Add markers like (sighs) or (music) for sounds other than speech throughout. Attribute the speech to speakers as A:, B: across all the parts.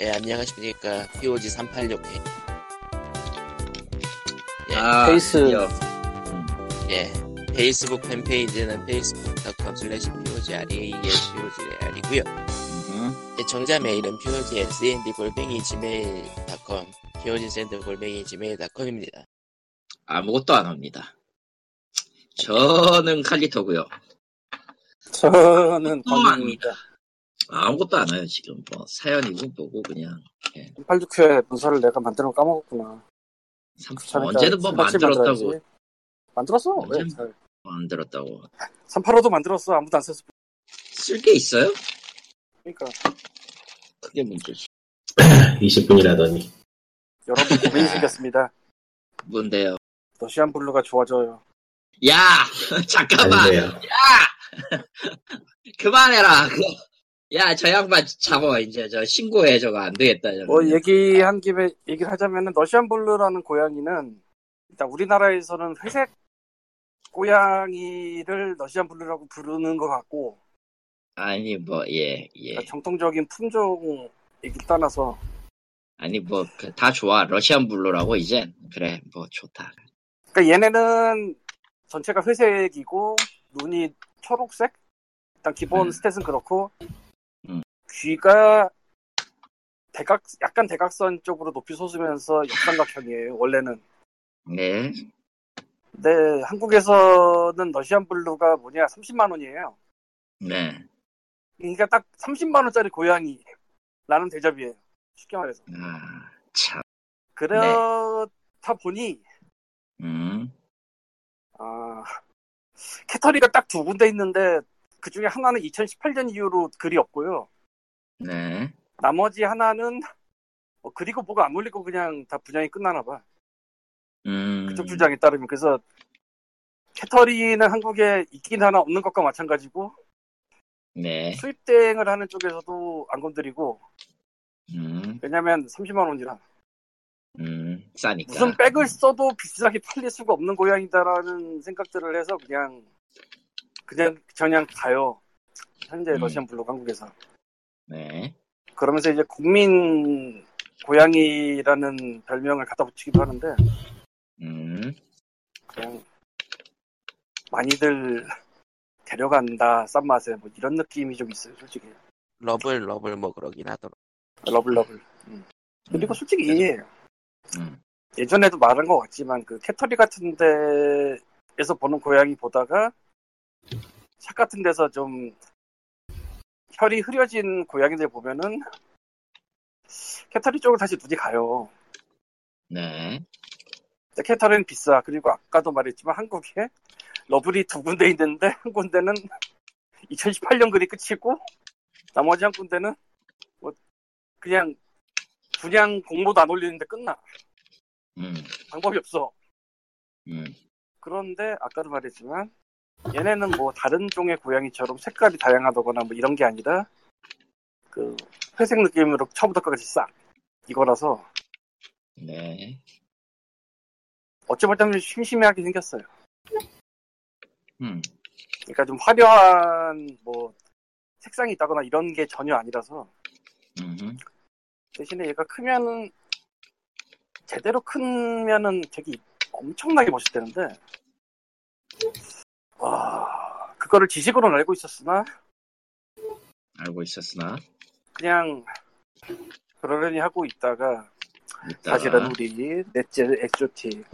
A: 예, 안녕하십니까. POG 386회. 예,
B: 아,
C: 페이스.
B: 드디어.
A: 예. 페이스북 팬페이지는 facebook.com slash POGREASPOGR이고요. 예,
B: 음,
A: 정자 메일은 POG SND 골뱅이 gmail.com, POG 샌드 골뱅이 gmail.com입니다.
B: 아무것도 안 합니다. 저는 칼리터고요.
C: 저는
B: 뻥합니다.
C: 광입니다.
B: 아무것도 안 해요 지금 뭐 사연이고 뭐고 그냥
C: 869의 문서를 내가 만들어 까먹었구나.
B: 삼-
C: 그러니까
B: 언제는 뭐
C: 같이
B: 만들었다고
C: 만들어야지. 만들었어. 왜?
B: 언제는- 만들었다고
C: 385도 만들었어. 아무도 안 썼어.
B: 쓸 게 있어요?
C: 그러니까
B: 그게 문제지.
D: 20분이라더니
C: 여러분 고민이 생겼습니다. (laughs)
B: 뭔데요?
C: 러시안 블루가 좋아져요.
B: 야 (laughs)
D: 안
B: 잠깐만
D: 돼요.
B: 그만해라. (laughs) 야저 양반 잡아 이제 저 신고해 저거 안 되겠다. 저거.
C: 뭐 얘기한 김에 얘기를 하자면은 러시안 블루라는 고양이는 일단 우리나라에서는 회색 고양이를 러시안 블루라고 부르는 것 같고
B: 아니 뭐 예 예.
C: 그러니까 정통적인 품종 얘기 떠나서
B: 아니 뭐 다 좋아 러시안 블루라고 이제 그래 뭐 좋다.
C: 그러니까 얘네는 전체가 회색이고 눈이 초록색? 일단 기본
B: 음.
C: 스탯은 그렇고
B: 음.
C: 귀가 대각 약간 대각선 쪽으로 높이 솟으면서 역삼각형이에요 원래는
B: 네.
C: 근데 한국에서는 러시안 블루가 뭐냐 30만 원이에요
B: 네.
C: 그러니까 딱 30만 원짜리 고양이라는 대접이에요 쉽게 말해서
B: 아, 참.
C: 그렇다 보니
B: 음.
C: 아, 캐터리가 딱 두 군데 있는데 그 중에 하나는 2018년 이후로 글이 없고요.
B: 네.
C: 나머지 하나는 어, 그리고 뭐가 안 올리고 그냥 다 분양이 끝나나 봐.
B: 음.
C: 그쪽 주장에 따르면 그래서 캐터리는 한국에 있긴 하나 없는 것과 마찬가지고
B: 네.
C: 수입 대행을 하는 쪽에서도 안 건드리고
B: 음.
C: 왜냐면 30만 원이라
B: 음. 싸니까.
C: 무슨 백을 써도 비싸게 팔릴 수가 없는 고양이다라는 생각들을 해서 그냥 그냥 저냥 가요. 현재
B: 음.
C: 러시안 블록 한국에서.
B: 네.
C: 그러면서 이제 국민 고양이라는 별명을 갖다 붙이기도 하는데
B: 음.
C: 그냥 많이들 데려간다 싼 맛에 뭐 이런 느낌이 좀 있어요 솔직히
A: 러블, 러블 뭐 그러긴 하더라.
C: 러블러블 그리고 솔직히
B: 음.
C: 예전에도 말한 것 같지만 그 캐터리 같은 데에서 보는 고양이 보다가 샵 같은 데서 좀 혈이 흐려진 고양이들 보면은 캐터리 쪽으로 다시 눈이 가요
B: 네.
C: 근데 캐터리는 비싸. 그리고 아까도 말했지만 한국에 러블이 두 군데 있는데 한 군데는 2018년 글이 끝이고 나머지 한 군데는 뭐 그냥 분양 공모도 안 올리는데 끝나.
B: 음.
C: 방법이 없어.
B: 음.
C: 그런데 아까도 말했지만 얘네는 뭐 다른 종의 고양이처럼 색깔이 다양하다거나 뭐 이런 게 아니라 그 회색 느낌으로 처음부터 끝까지 싹 이거라서
B: 네.
C: 어찌보자면 심심해하게 생겼어요.
B: 음.
C: 그러니까 좀 화려한 뭐 색상이 있다거나 이런 게 전혀 아니라서
B: 음.
C: 대신에 얘가 크면은 제대로 크면은 되게 엄청나게 멋있대는데 와 그거를 지식으로는 알고 있었으나
B: 알고 있었으나
C: 그냥 그러려니 하고 있다가
B: 이따.
C: 사실은 우리 넷째 엑조틱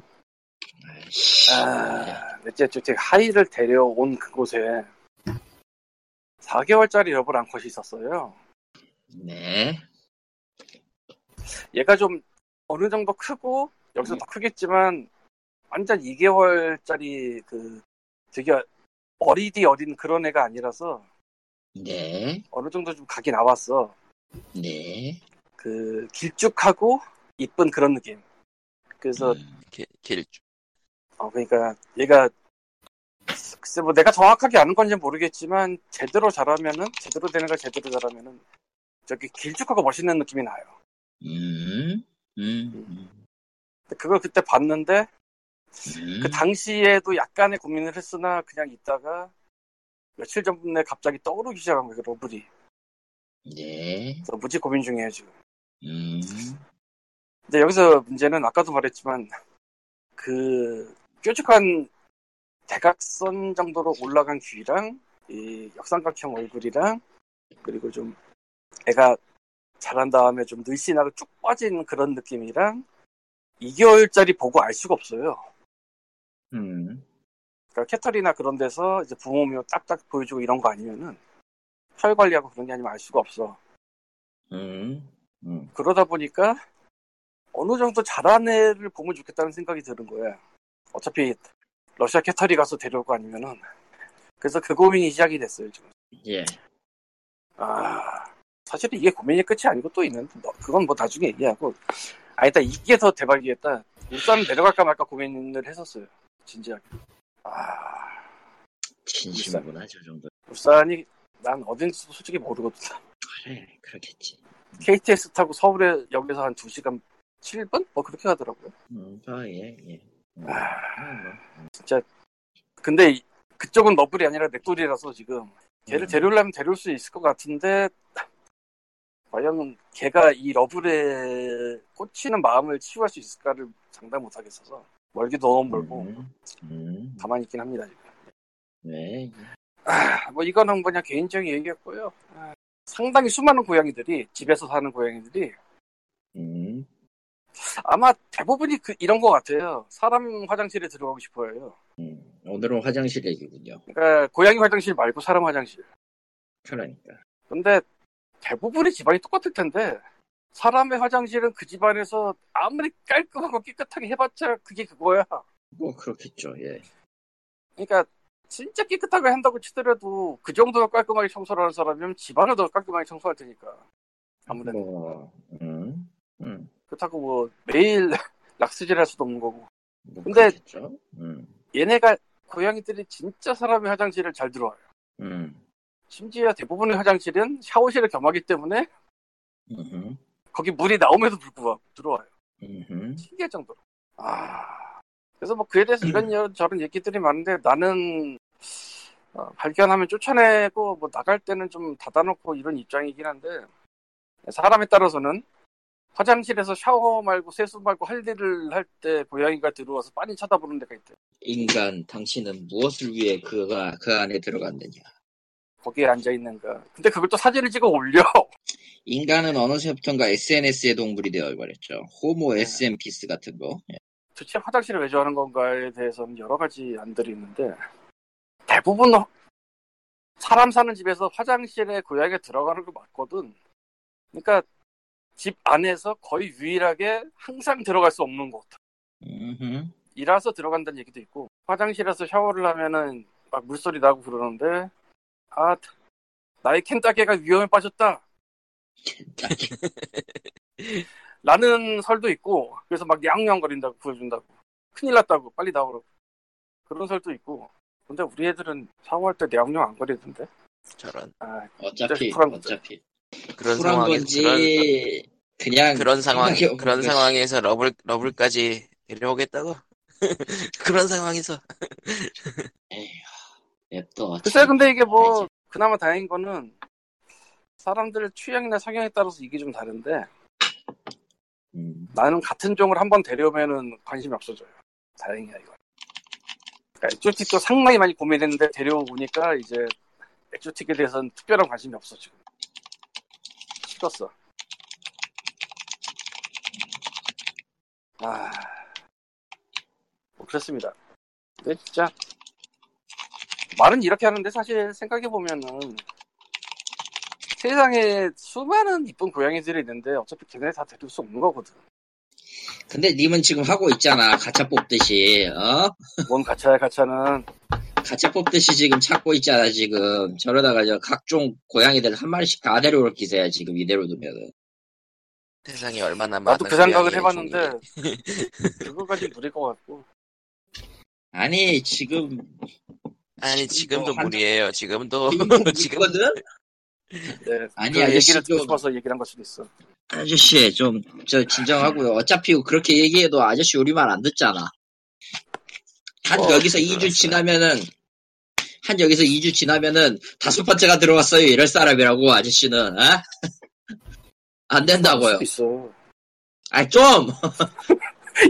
B: 아이씨.
C: 아, 넷째 엑조틱 하이를 데려온 그곳에 4개월짜리 러블 앙컷이 있었어요
B: 네.
C: 얘가 좀 어느 정도 크고 여기서 더 크겠지만 완전 2개월짜리 그 되게 어리디 어린 그런 애가 아니라서
B: 네.
C: 어느 정도 좀 각이 나왔어.
B: 네.
C: 그 길쭉하고 이쁜 그런 느낌. 그래서
B: 음.
A: 길, 길쭉.
C: 어 그러니까 얘가 글쎄 뭐 내가 정확하게 아는 건지 는 모르겠지만 제대로 자라면은 제대로 되는 걸 제대로 자라면은 저기 길쭉하고 멋있는 느낌이 나요.
B: 음. 음.
C: 근데 그걸 그때 봤는데
B: 음.
C: 그 당시에도 약간의 고민을 했으나 그냥 있다가 며칠 그 전에 갑자기 떠오르기 시작한 거예요, 러블이.
B: 네.
C: 그래서 무지 고민 중이에요, 지금.
B: 음,
C: 근데 여기서 문제는 아까도 말했지만 그 뾰족한 대각선 정도로 올라간 귀랑 이 역삼각형 얼굴이랑 그리고 좀 애가 자란 다음에 좀 늘씬하고 쭉 빠진 그런 느낌이랑 2개월짜리 보고 알 수가 없어요.
B: 음.
C: 그러니까 캐터리나 그런 데서 이제 부모묘 딱딱 보여주고 이런 거 아니면은 혈 관리하고 그런 게 아니면 알 수가 없어.
B: 음, 음,
C: 그러다 보니까 어느 정도 잘한 애를 보면 좋겠다는 생각이 드는 거야. 어차피 러시아 캐터리 가서 데려올 거 아니면은. 그래서 그 고민이 시작이 됐어요, 지금.
B: 예.
C: 아, 사실 이게 고민이 끝이 아니고 또 있는데, 너- 그건 뭐 나중에 얘기하고. 아, 일단 이게 더 대박이겠다. 울산 내려갈까 말까 고민을 했었어요. 진지하게. 아,
B: 진심이구나, 저 정도.
C: 울산이 난 어딘지도 솔직히 모르거든.
B: 그래, 그렇겠지.
C: KTX 타고 서울에 역에서 한 2시간 7분? 뭐 그렇게 가더라고요.
B: 음, 아, 예, 예. 음, 뭐.
C: 근데 이- 그쪽은 너블이 아니라 넥돌이라서 지금 걔를
B: 음.
C: 데려오려면 데려올 수 있을 것 같은데 과연 걔가 이 러블에 꽂히는 마음을 치유할 수 있을까를 장담 못하겠어서 멀기도 너무 멀고
B: 음, 음,
C: 가만히 있긴 합니다 지금
B: 네.
C: 아, 뭐 이거는 그냥 개인적인 얘기였고요 아, 상당히 수많은 고양이들이 집에서 사는 고양이들이
B: 음,
C: 아마 대부분이 그- 이런 것 같아요 사람 화장실에 들어가고 싶어요
B: 음. 오늘은 화장실 얘기군요.
C: 그러니까 고양이 화장실 말고 사람 화장실
B: 그러니까.
C: 근데 대부분의 집안이 똑같을 텐데 사람의 화장실은 그 집안에서 아무리 깔끔하고 깨끗하게 해봤자 그게 그거야.
B: 뭐, 그렇겠죠, 예.
C: 그러니까 진짜 깨끗하게 한다고 치더라도 그 정도로 깔끔하게 청소를 하는 사람이면 집안을 더 깔끔하게 청소할 테니까 아무래도
B: 뭐, 음, 음.
C: 그렇다고 뭐 매일 (laughs) 락스질 할 수도 없는 거고
B: 뭐
C: 근데-
B: 그렇겠죠? 음,
C: 얘네가 고양이들이 진짜 사람의 화장실을 잘 들어와요.
B: 음,
C: 심지어 대부분의 화장실은 샤워실을 겸하기 때문에
B: 음,
C: 거기 물이 나옴에도 불구하고 들어와요.
B: 음,
C: 신기할 정도로. 아, 그래서 뭐 그에 대해서 이런 여- 저런 얘기들이 많은데 나는 어, 발견하면 쫓아내고 뭐 나갈 때는 좀 닫아놓고 이런 입장이긴 한데 사람에 따라서는 화장실에서 샤워 말고 세수 말고 할 일을 할 때 고양이가 들어와서 빤히 쳐다보는 데가 있대.
B: 인간, 당신은 무엇을 위해 그가 그 안에 들어갔느냐?
C: 거기에 앉아 있는가. 근데 그걸 또 사진을 찍어 올려.
B: 인간은 어느새부턴가 SNS의 동물이 되어버렸죠. 호모
C: 네.
B: SM 피스 같은 거. 예.
C: 도대체 화장실을 왜 좋아하는 건가에 대해서는 여러 가지 안들이 있는데 대부분 어- 사람 사는 집에서 화장실에 고양이가 들어가는 거 맞거든. 그러니까 집 안에서 거의 유일하게 항상 들어갈 수 없는 곳.
B: 음흠.
C: 이라서 들어간다는 얘기도 있고 화장실에서 샤워를 하면은 막 물소리 나고 그러는데 아 나의 캔따개가 위험에 빠졌다. 라는 설도 있고 그래서 막 냥냥거린다고 보여준다고 큰일 났다고 빨리 나오라고 그런 설도 있고 근데 우리 애들은 샤워할 때 냥냥 안 거리던데
A: 저런
C: 아,
B: 어차피,
C: 쿨한 거죠.
B: 어차피.
A: 그런
B: 쿨한
A: 상황에서 그런,
B: 건지, 그냥.
A: 그런 상황
B: 생각해 보는
A: 그런
B: 거지.
A: 상황에서 러블 러블까지 데려오겠다고 (laughs) 그런 상황에서
B: 에휴, 또
C: 글쎄 근데 이게 뭐 그나마 다행인 거는 사람들 취향이나 성향에 따라서 이게 좀 다른데
B: 음,
C: 나는 같은 종을 한번 데려오면은 관심이 없어져요. 다행이야 이거. 그러니까 액조틱도 상당히 많이 고민했는데 데려오니까 이제 액조틱에 대해서는 특별한 관심이 없어 지금. 식었어. 아, 뭐 그렇습니다. 근데 진짜 말은 이렇게 하는데 사실 생각해 보면은 세상에 수많은 이쁜 고양이들이 있는데 어차피 걔네 다 데려올 수 없는 거거든.
B: 근데 님은 지금 하고 있잖아. 가차 뽑듯이, 어?
C: 뭔 가차야 가차는
B: 가차 뽑듯이 지금 찾고 있잖아, 지금. 저러다가 저 각종 고양이들 한 마리씩 다 데려올 기세야, 지금 이대로 두면은.
A: 세상에 얼마나 많은
C: 나도 그 생각을
A: 고양이의 종이-
C: 해봤는데 그거까지 무리일 것 같고
B: 아니, 지금
A: 아니 지금도
B: 뭐 한-
A: 무리예요 (laughs) 지금도 뭐
C: 뭐
A: 지금
B: 지금거든?
C: 네,
B: (laughs) 아니,
C: 그
B: 아저씨
C: 얘기를 듣고
B: 좀-
C: 싶어서 얘기를 한 걸 수도 있어
B: 아저씨, 좀, 저, 진정하고요. 어차피 그렇게 얘기해도 아저씨 우리 말 안 듣잖아. 한
A: 어,
B: 여기서 2주
A: 그렇습니다.
B: 지나면은, 한 여기서 2주 지나면은, 다섯 번째가 들어왔어요. 이럴 사람이라고, 아저씨는, 아? 어? 안
C: 할
A: 뭐
B: 된다고요.
C: 수도 있어. (laughs)
B: 아, 좀!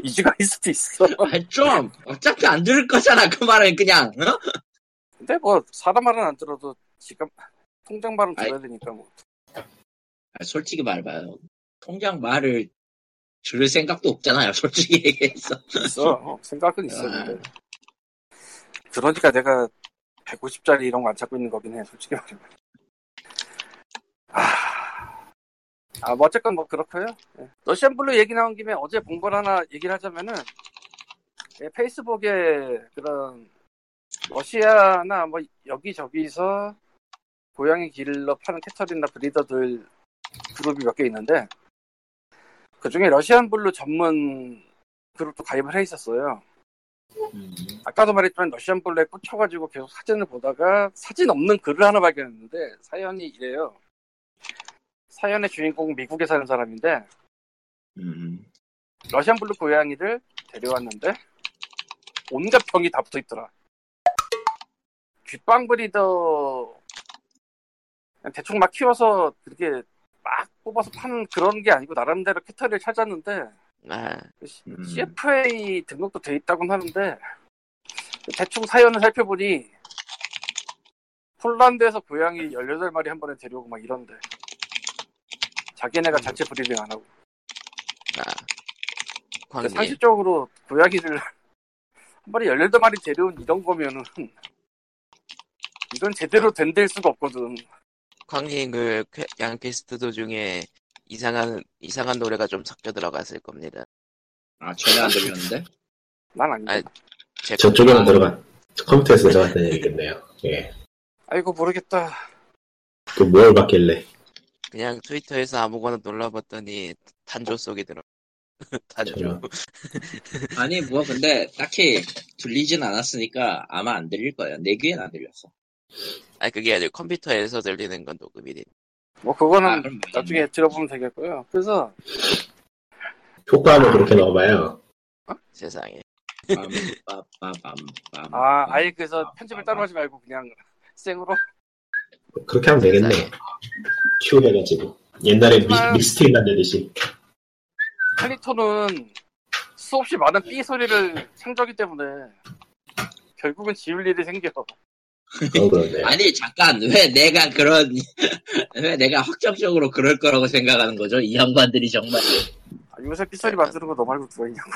C: 이주가일 수도 있어.
B: 아, 좀! 어차피 안 들을 거잖아, 그 말은 그냥. 어?
C: 근데 뭐 사람 말은 안 들어도 지금 통장 말은
B: 아이.
C: 들어야 되니까 뭐.
B: 아, 솔직히 말봐요. 통장 말을 들을 생각도 없잖아요, 솔직히 얘기해서.
C: (laughs) 있어. 어, 생각은 있어.
B: 아.
C: 근데. 그러니까 내가 150짜리 이런 거 안 찾고 있는 거긴 해, 솔직히 말하면. 아, 아, 뭐 어쨌건 뭐 그렇고요. 예. 러시안 블루 얘기 나온 김에 어제 본 걸 하나 얘기를 하자면은 예, 페이스북에 그런 러시아나 뭐 여기저기서 고양이 길러 파는 캐터리나 브리더들 그룹이 몇 개 있는데 그 중에 러시안 블루 전문 그룹도 가입을 해 있었어요. 아까도 말했지만 러시안 블랙 꽂혀가지고 계속 사진을 보다가 사진 없는 글을 하나 발견했는데 사연이 이래요. 사연의 주인공은 미국에 사는 사람인데
B: 음.
C: 러시안 블루 고양이를 데려왔는데 온갖 병이 다 붙어 있더라. 귓방 브리더 그냥 대충 막 키워서 그렇게 막 뽑아서 파는 그런 게 아니고 나름대로 캐터리를 찾았는데
A: 아,
B: 음.
C: CFA 등록도 돼 있다곤 하는데 대충 사연을 살펴보니 폴란드에서 고양이 18마리 한 번에 데려오고 막 이런데 자기네가
B: 음.
C: 자체 브리딩 안 하고
A: 아.
C: 근데
A: 광님.
C: 상식적으로 고양이를 (laughs) 한 마리 18마리 데려온 이런 거면은 이건 제대로 된 데일 수가 없거든
A: 광님 그 퀘- 양퀘스트 도중에 이상한 이상한 노래가 좀 섞여 들어갔을 겁니다.
B: 아, 전혀 안 들렸는데?
C: 난 아니다
A: 아니. 제
D: 저쪽에만 들어간, 컴퓨터에서 들어갔다는 얘기겠네요. 예.
C: 아이고 모르겠다
D: 그 뭘 봤길래.
A: 그냥 트위터에서 아무거나 놀라봤더니 탄조 속에 들어. (laughs) 탄조.
D: 저런.
B: 아니, 뭐, 근데 딱히 들리진 않았으니까 아마 안 들릴 거예요. 내 귀엔 안 들렸어.
A: 아니 그게 아니고 컴퓨터에서 들리는 건 녹음이 돼.
C: 뭐 그거는
B: 아, 그럼 모르겠네.
C: 나중에 들어보면 되겠고요 그래서
D: 효과음을 그렇게 넣어봐요.
A: 세상에.
B: 빰빰빰빰빰.
C: 아 아예 그래서 편집을 따로 하지 말고 그냥 (laughs) 생으로
D: 그렇게 하면 되겠네. 키우해가지고 옛날에 미, 믹스테이프 만들듯이.
C: 칼리토는 수없이 많은 삐 소리를 창조하기 때문에 결국은 지울 일이 생겨.
D: 어, 그런 거였네요.
B: 아니 잠깐 왜 내가 그런 (laughs) 왜 내가 확정적으로 그럴 거라고 생각하는 거죠? 이 양반들이 정말
C: 아, 요새 삐 소리 만드는 거 너 말고 누가 있냐고.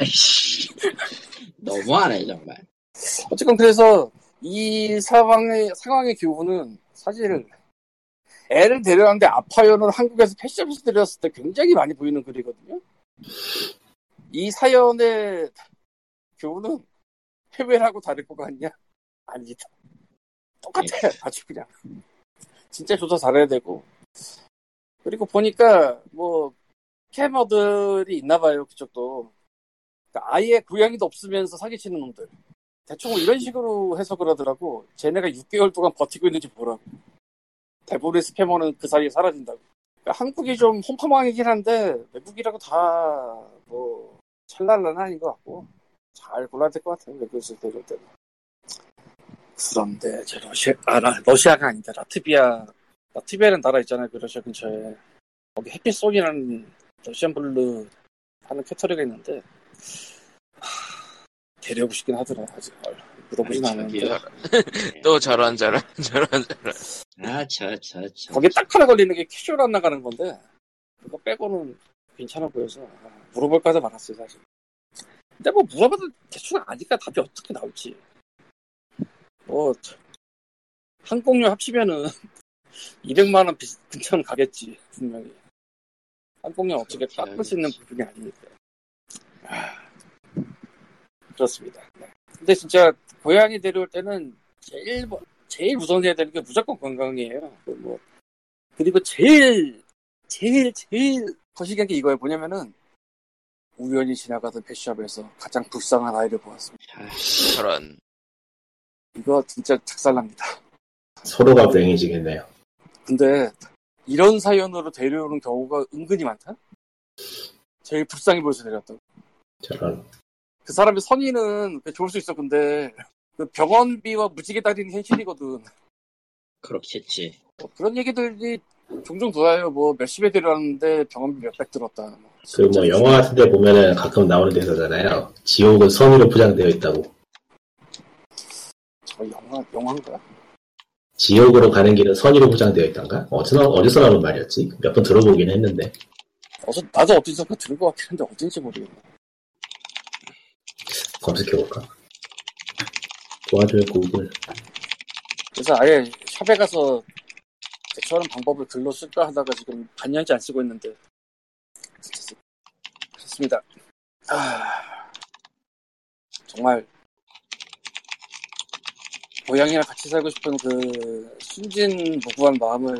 B: 아이씨, 너무하네 정말.
C: 어쨌건 그래서 이 상황의 상황의 교훈은 사실 애를 데려왔는데 아파요는 한국에서 패션에서 데려왔을 때 굉장히 많이 보이는 글이거든요. 이 사연의 교훈은 해외라고 다를 것 같냐? 아니다. 똑같아. 아주 그냥. 진짜 조사 잘해야 되고. 그리고 보니까 뭐 캐머들이 있나 봐요. 그쪽도. 그러니까 아예 고양이도 없으면서 사기치는 놈들. 대충 뭐 이런 식으로 해석을 하더라고. 쟤네가 6개월 동안 버티고 있는지 보라고. 대부분의 스패머는 그 사이에 사라진다고. 그러니까 한국이 좀 홈파망이긴 한데 외국이라고 다뭐 찰랄란 아닌 것 같고 잘 골라야 될 것 같아요. 외국에서 데려올 때는. 그런데 저 러시아, 아, 라- 러시아가 아니다. 라트비아. 라트비아라는 나라 있잖아요. 그 러시아 근처에. 거기 해피송이라는 러시안 블루 하는 캐터리가 있는데 하, 데려오고 싶긴 하더라. 아직 물어보진
B: 아이,
C: 않았는데.
B: 저기요.
A: 또 저런 저런 (laughs) 저런 저런.
B: 아, 저, 저, 저.
C: 그렇죠. 거기에 딱 하나 걸리는 게 캐주얼 안 나가는 건데 그거 빼고는 괜찮아 보여서 아, 물어볼까 하다 말았어요 사실 근데 뭐 물어봐도 대충 아니까 답이 어떻게 나올지 뭐 저- 항공료 합치면은 (laughs) 200만원 근처는 가겠지 분명히 항공료 어떻게 깎을 수 있는 부분이 아니니까 아, 그렇습니다 네. 근데 진짜 고양이 데려올 때는 제일 먼- 제일 우선해야 되는 게 무조건 건강이에요. 그 뭐, 그리고 제일, 제일, 제일 거시기한 게 이거예요. 뭐냐면은, 우연히 지나가던 패샵에서 가장 불쌍한 아이를 보았습니다.
A: 저런.
C: 이거 진짜 착살납니다.
D: 서로가 불행해지겠네요.
C: 근데, 이런 사연으로 데려오는 경우가 은근히 많다? 제일 불쌍해 보여서 데려왔다고.
D: 저런.
C: 그 사람의 선의는 좋을 수 있어, 근데. 그 병원비와 무지개 따리는 현실이거든.
B: 그렇겠지.
C: 뭐 그런 뭐 얘기들이 종종 돌아요. 뭐 몇십에 들어왔는데 병원비 몇백 들었다. 뭐.
D: 그리고 뭐 영화 같은 데 보면은 가끔 나오는 대사잖아요. 지옥은 섬유로 포장되어 있다고.
C: 저거 영화, 영화인가?
D: 지옥으로 가는 길은 선의로 포장되어 있단가? 어디서, 어디서 나오는 말이었지? 몇 번 들어보긴 했는데.
C: 어서, 나도 어디서 그 들은 것 같긴 한데 어딘지 모르겠네.
D: 검색해볼까? 도와줘요, 구글.
C: 그래서 아예 샵에 가서 대처하는 방법을 글로 쓸까 하다가 지금 반년째 안 쓰고 있는데. 그렇습니다. 아, 정말 고양이랑 같이 살고 싶은 그 순진무구한 마음을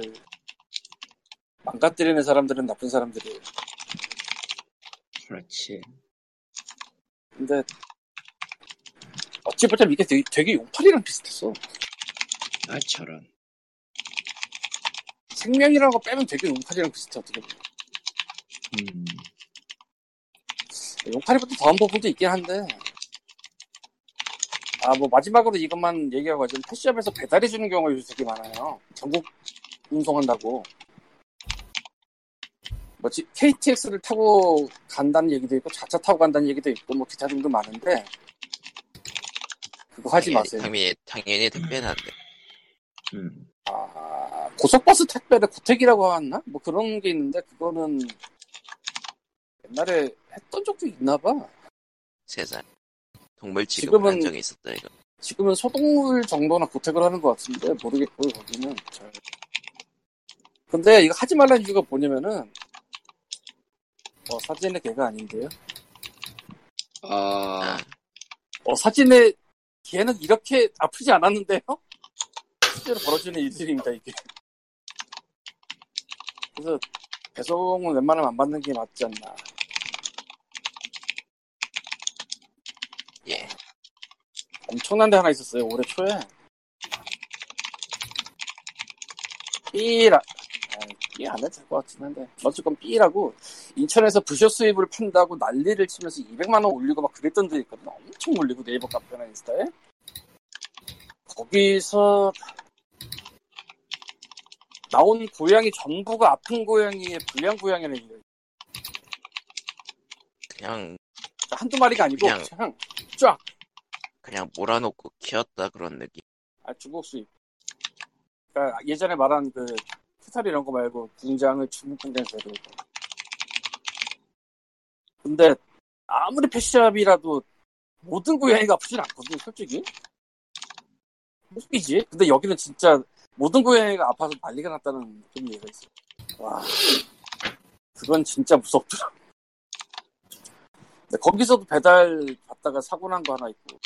C: 망가뜨리는 사람들은 나쁜 사람들이에요.
B: 그렇지.
C: 근데 어찌 보자면 이게 되게, 되게 용팔이랑 비슷했어.
B: 아, 저런.
C: 생명이라고 빼면 되게 용팔이랑 비슷해 어떻게 보면.
B: 음.
C: 용팔이부터 다음 부분도 있긴 한데 아 뭐 마지막으로 이것만 얘기하고 지금 펫샵에서 배달해 주는 경우가 요새 되게 많아요 전국 운송한다고 뭐지 KTX를 타고 간다는 얘기도 있고 자차 타고 간다는 얘기도 있고 뭐 기타 등도 많은데 그거 하지 마세요
A: 당연히, 당연히 택배는 안 돼.
B: 음.
C: 아, 고속버스 택배를 고택이라고 하나? 뭐 그런 게 있는데 그거는 옛날에 했던 적도 있나 봐
A: 세상. 동물
C: 지금은-
A: 지금 한정이 있었다, 이거.
C: 지금은 소동물 정도나 고택을 하는 것 같은데 모르겠고요 거기는 잘. 근데 이거 하지 말라는 이유가 뭐냐면은 어 사진의 개가 아닌데요
B: 아,
C: 어 사진의 개는 이렇게 아프지 않았는데요 실제로 벌어지는 일들입니다 이게 그래서 배송은 웬만하면 안 받는 게 맞지 않나
A: 예.
C: 엄청난 데 하나 있었어요 올해 초에 삐라 삐안 해도 될 것 같긴 한데 어쨌건 삐라고 인천에서 부셔 수입을 판다고 난리를 치면서 200만 원 올리고 막 그랬던 데 있거든요 엄청 올리고 네이버 카페나 인스타에 거기서 나온 고양이 전부가 아픈 고양이의 불량 고양이라는 얘기예요
A: 그냥,
C: 그러니까 한두 마리가 아니고
A: 그냥-
C: 그냥 쫙
A: 그냥 몰아놓고 키웠다, 그런 느낌.
C: 아, 중국 수입. 그러니까 예전에 말한 그 스타일 이런 거 말고 공장을 중국 공장에서 해도 근데 아무리 패시샵이라도 모든 고양이가 아프진 않거든 솔직히 웃기지 근데 여기는 진짜 모든 고양이가 아파서 난리가 났다는 그런 얘기가 있어 와 그건 진짜 무섭더라 근데 거기서도 배달 받다가 사고 난 거 하나 있고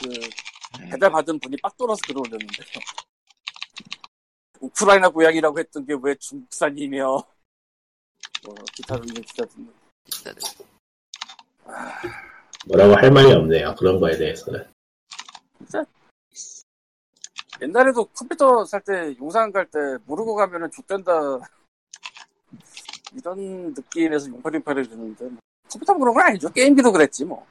C: 그 배달 받은 분이 빡 돌아서 들어올렸는데 우크라이나 고양이라고 했던 게 왜 중국산이며 뭐 기타 등등 기타 등등
A: 비슷하다.
D: 뭐라고 할 말이 없네요. 그런 거에 대해서는.
C: 옛날에도 컴퓨터 살 때 용산 갈 때 모르고 가면은 족된다 이런 느낌에서 용팔용팔해 주는데 뭐 컴퓨터 그런 건 아니죠 게임기도 그랬지 뭐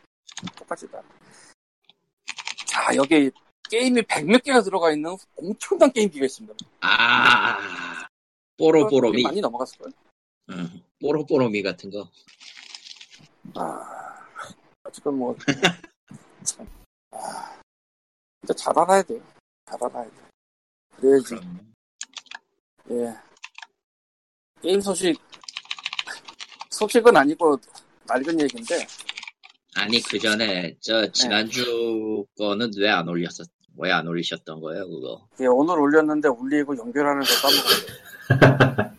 C: 똑같이 다자 여기 게임이 백몇 개가 들어가 있는 엄청난 게임기가 있습니다
B: 아, 뽀로뽀로미.
C: 많이 넘어갔을 거예요
B: 음, 뽀로뽀로미 같은 거.
C: 아, 어쨌건 뭐, 참, 아, 진짜 잘 알아야 돼요. 잘 알아야 돼. 그래야지,
B: 그럼.
C: 예. 게임 소식, 소식은 아니고, 낡은 얘기인데,
B: 아니, 그 전에, 저, 지난주 거는 왜 안 올렸었, 왜 안 올리셨던 거예요, 그거?
C: 예, 오늘 올렸는데 올리고 연결하는 걸 까먹었어요.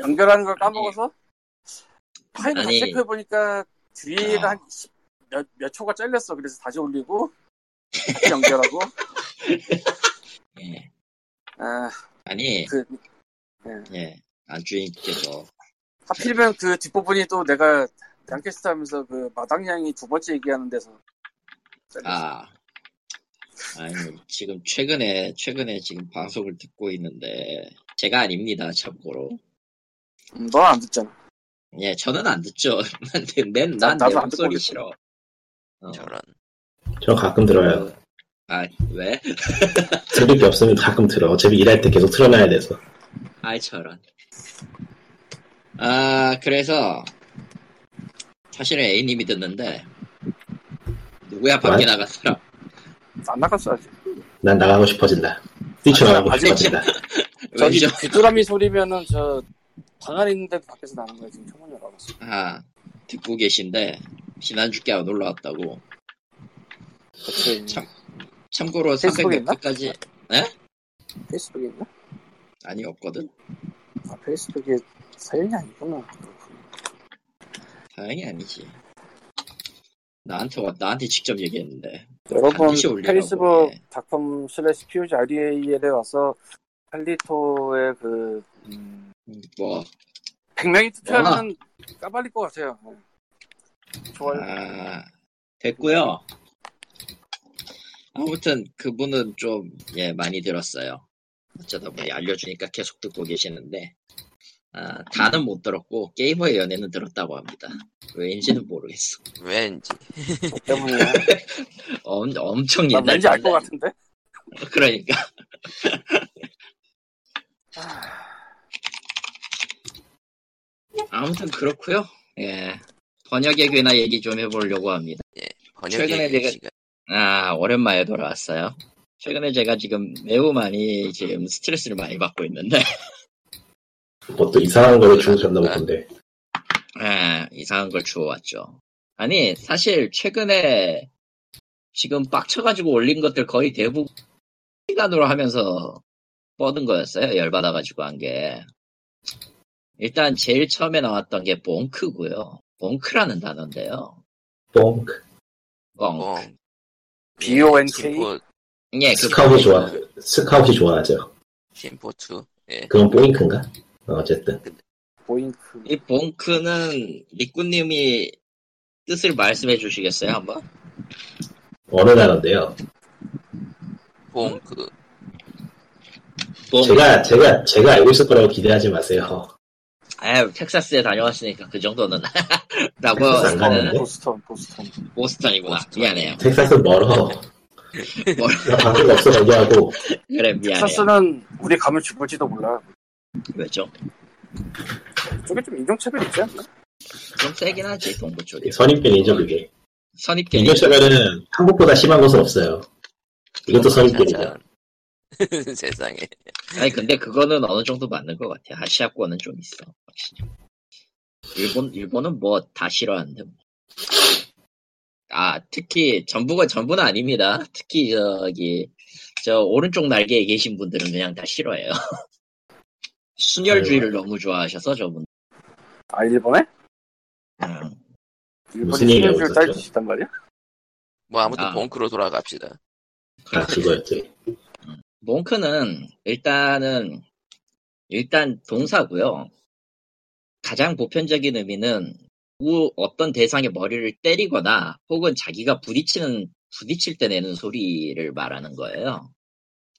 C: 연결하는 걸 까먹어서, 파일을 다
B: 아니.
C: 체크해보니까, 뒤에가
B: 어.
C: 한 10, 몇, 몇 초가 잘렸어. 그래서 다시 올리고, 다시 연결하고,
B: 예.
C: 아,
B: 아니,
C: 그,
B: 예. 뭐, 안주인께서,
C: 하필이면 그 뒷부분이 또 내가 양캐스트 하면서 그 마당냥이 두 번째 얘기하는 데서
B: 아, 아니, 지금 최근에, 최근에 지금 방송을 듣고 있는데, 제가 아닙니다, 참고로.
C: 너는 안 듣잖아
B: 예, 저는 안 듣죠. (laughs) 난,
C: 나-
B: 난, 내
C: 나도 안
B: 목소리
C: 듣고
B: 싫어. 어.
A: 저런.
D: 저 가끔 들어요.
B: 아, 왜?
D: 들을 게 없으면 가끔 들어. 어차피 일할 때 계속 틀어놔야 돼서.
B: 아이 저런. 아 그래서 사실은 A님이 듣는데 누구야 밖에
C: 아,
D: 뭐야?
B: 나간 사람
C: 안 나갔어야지.
D: 난 나가고 싶어진다. 뛰쳐나가고
C: 아, 진짜.
D: 싶어진다.
C: 저기
B: 왼쪽
C: 귀뚜라미 소리면은 저 방 안에 있는데도 밖에서 나는 거야 지금 창문 열어봤어.
B: 아 듣고 계신데 지난주께 안 올라왔다고
C: 그치.
B: 참. 참고로
C: 페이스북에
B: 300
C: 있나?
B: 몇까지
C: 페이스북에 있나?
B: 아니 없거든
C: 아 페이스북에 사연이 아니구나.
B: 다행히 아니지 나한테 왔 나한테 직접 얘기했는데
C: 여러분
B: 반드시 올리라고,
C: 페이스북
B: 예.
C: 닷컴 슬래시 퓨즈 REAL에 와서 할리토의 그
B: 음, 뭐
C: 100명이 투표하면 까발릴 것 같아요. 예. 좋아요.
B: 아, 됐고요 아무튼 그분은 좀 예 많이 들었어요 어쩌다 보니 알려주니까 계속 듣고 계시는데 아, 다는 못 들었고 게이머의 연애는 들었다고 합니다 왜인지는 모르겠어
A: 왠지
B: 아,
C: 저 때문에
B: 엄, 엄청
C: 난
B: 옛날
C: 왠지 알 것 같은데.
B: 그러니까
C: (laughs)
B: 아무튼 그렇고요. 예. 번역에 관한 얘기 좀 해보려고 합니다.
A: 번역이
B: 최근에 내가-
A: 시간.
B: 아 오랜만에 돌아왔어요. 최근에 제가 지금 매우 많이 지금 스트레스를 많이 받고 있는데 (laughs)
D: 뭐 또 이상한
C: 아,
D: 걸로 주셨나 보던데.
B: 예, 이상한 걸 주워왔죠. 아니 사실 최근에 지금 빡쳐가지고 올린 것들 거의 대부분 시간으로 하면서 뻗은 거였어요. 열받아가지고 한 게. 일단 제일 처음에 나왔던 게 봉크고요. 봉크라는 단어인데요.
D: 뽕.
B: 봉.
A: 어,
C: BONK
A: 김포
B: 예, 그
D: 스카웃이 좋아.
B: 봉크.
D: 스카웃이 좋아하죠.
A: 김포투 예
D: 그건 뽀잉크인가? 어, 어쨌든.
C: 보잉크.
B: 이 봉크는 리꾸님이 뜻을 말씀해 주시겠어요 한번?
D: 어느 나라인데요.
A: 봉그
C: 뭐?
B: 봉.
D: 제가, 제가, 제가 알고 있을 거라고 기대하지 마세요.
B: 아, 텍사스에 다녀왔으니까 그 정도는 (laughs) 라고
D: 텍사스 안
B: 하는
D: 가는데?
C: 보스턴
B: 네,
C: 보스턴.
B: 보스턴이구나.
A: 보스턴.
B: 미안해요.
D: 텍사스
C: (laughs)
D: 멀어.
B: 뭘,
D: 방금 없어 거기하고
B: 그래 미안해요.
C: 텍사스는 우리 가면 죽을지도 몰라.
B: 왜죠?
C: 이쪽에 좀 인종차별 있지 않나?
B: 좀 세긴 하지 동부 쪽이.
D: 예, 선입견이죠 그게.
B: 선입견.
D: 이교차별은 한국보다 심한 곳은 없어요.
C: 아,
D: 이것도 선입견이죠.
A: 짜잔. (laughs) 세상에
B: 아니 근데 그거는 어느 정도 맞는 것 같아. 아시아권은 좀 있어. 확실히. 일본 일본은 뭐 다 싫어하는데. 뭐. 아 특히 전부가 전부는 아닙니다. 특히 저기 저 오른쪽 날개에 계신 분들은 그냥 다 싫어해요. (laughs) 순혈주의를 너무 좋아하셔서 저분.
C: 아 일본에?
B: 음,
D: 무슨
C: 일본이
D: 얘기하고
C: 신현주를
D: 있었죠?
C: 딸짓이단 말이야?
A: 뭐 아무튼
B: 아.
A: 봉크로 돌아갑시다
D: 아 그거였지.
B: 몽크는 일단은 일단 동사고요. 가장 보편적인 의미는 누구 어떤 대상의 머리를 때리거나 혹은 자기가 부딪히는 부딪힐 때 내는 소리를 말하는 거예요.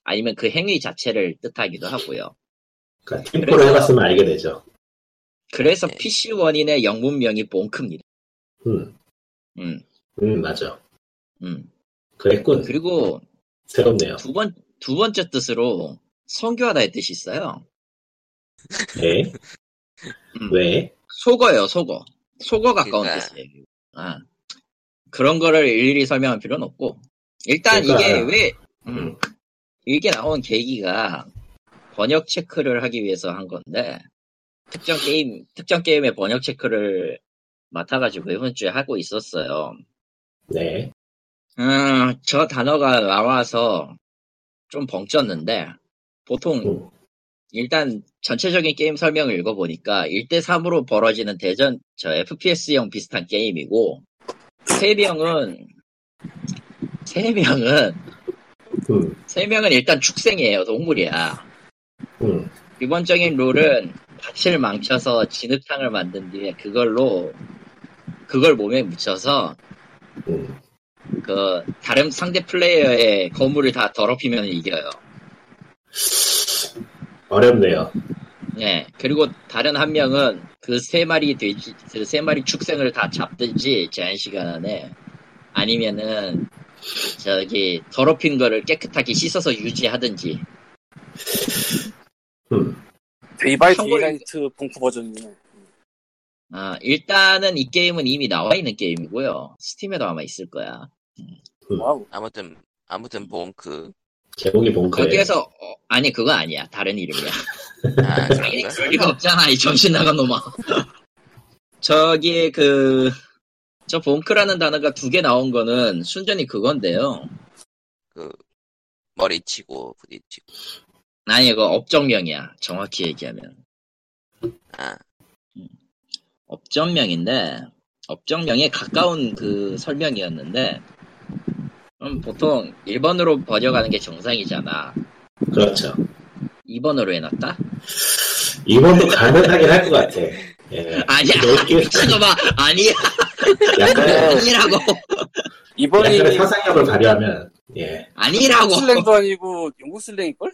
B: 아니면 그 행위 자체를 뜻하기도 하고요.
D: 그러니까 팀플을 해봤으면 알게 되죠.
B: 그래서
A: 네.
B: PC 원인의 영문명이 몽크입니다.
D: 음,
B: 음,
D: 음 맞아.
B: 음.
D: 그랬군.
B: 그리고
D: 새롭네요.
B: 두 번 두 번째 뜻으로 성교하다의 뜻이 있어요.
D: 예?
B: 음.
D: 왜?
B: 속어요, 속어. 속어 가까운
A: 그러니까.
B: 뜻이에요. 아, 그런 거를 일일이 설명할 필요는 없고 일단
D: 그러니까.
B: 이게 왜 음, 이게 나온 계기가 번역 체크를 하기 위해서 한 건데 특정 게임 특정 게임의 번역 체크를 맡아가지고 이번 주에 하고 있었어요.
D: 네.
B: 음, 저 단어가 나와서 좀 벙쪘는데 보통
D: 음.
B: 일단 전체적인 게임 설명을 읽어보니까 1대3으로 벌어지는 대전 저 FPS형 비슷한 게임이고 세명은세명은
D: 음,
B: 세명은 일단 축생이에요 동물이야
D: 음.
B: 기본적인 룰은 밭을 망쳐서 진흙탕을 만든 뒤에 그걸로 그걸 몸에 묻혀서
D: 음.
B: 그 다른 상대 플레이어의 거물을 다 더럽히면 이겨요
D: 어렵네요.
B: 예. 그리고 다른 한 명은 그 세 마리 돼지, 그 세 마리 축생을 다 잡든지 제한 시간 안에 아니면은 저기 더럽힌 거를 깨끗하게 씻어서 유지하든지.
D: 음.
C: 데이 바이
B: 참고로
C: 데이라이트 봉프 버전이네.
B: 아, 일단은 이 게임은 이미 나와 있는 게임이고요. 스팀에도 아마 있을 거야.
C: 와우.
A: 아무튼 아무튼 봉크
D: 제목이 본크예요.
A: 네.
B: 거기에서 어, 아니 그거 아니야. 다른 이름이야.
D: (laughs)
A: 아
B: 아니
A: 그런가?
B: (laughs) 그럴 리가 없잖아 이 정신 나간 놈아. (laughs) 저기 그. 저 봉크라는 단어가 두 개 나온 거는 순전히 그건데요.
A: 그 머리치고 부딪히고
B: 아니 이거 업종명이야. 정확히 얘기하면.
A: 아
B: 업전명인데 업전명에 가까운 그 설명이었는데 음, 보통 1번으로 번역하는 게 정상이잖아
D: 그렇죠.
B: 2번으로 해놨다?
D: 이번도 가능하긴 할 것 같아. 예.
B: (laughs) 아니야
D: 넓게
B: 미친놈아 아니야
D: 약간
B: 아니라고
C: 이번이
D: 약간의 상상력을 발휘하면 예
B: 아니라고
C: 슬랭도 아니고 영국 슬랭일걸?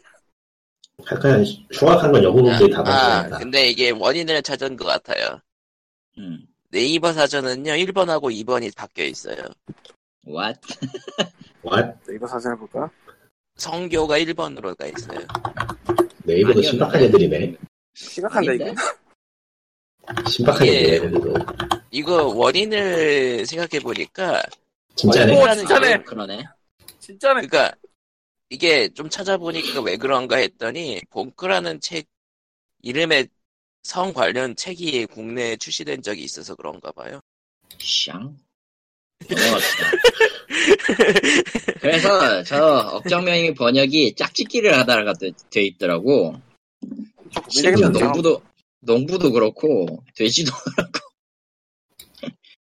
D: 약간 흉악한 건 영국분들이 다
A: 아,
B: 네.
D: 봤습니다.
A: 근데 이게 원인을 찾은 것 같아요
B: 음,
A: 네이버 사전은요 1번하고 2번이 바뀌어 있어요
B: what?
D: 왓
C: 네이버 사진 해볼까?
A: 성교가 1번으로 가 있어요
D: 네이버도
B: 아니요.
D: 신박한 애들이네.
C: 심각한데 이거.
B: 아닌데?
D: 신박한
A: 예.
D: 애들이네 애들도.
B: 어,
A: 이거 원인을 생각해보니까
D: 진짜네.
C: 아이고. 오, 진짜네.
B: 어, 그러네
C: 진짜네.
A: 그러니까 이게 좀 찾아보니까 왜 그런가 했더니 봉크라는 책 이름에 성 관련 책이 국내에 출시된 적이 있어서 그런가 봐요.
B: 샹 넘어갑시다. 그래서 저 업정명의 번역이 짝짓기를 하다가 돼- 돼 있더라고
C: 좀
B: 심지어
C: 고민되겠다.
B: 농부도 농부도 그렇고 돼지도 (laughs)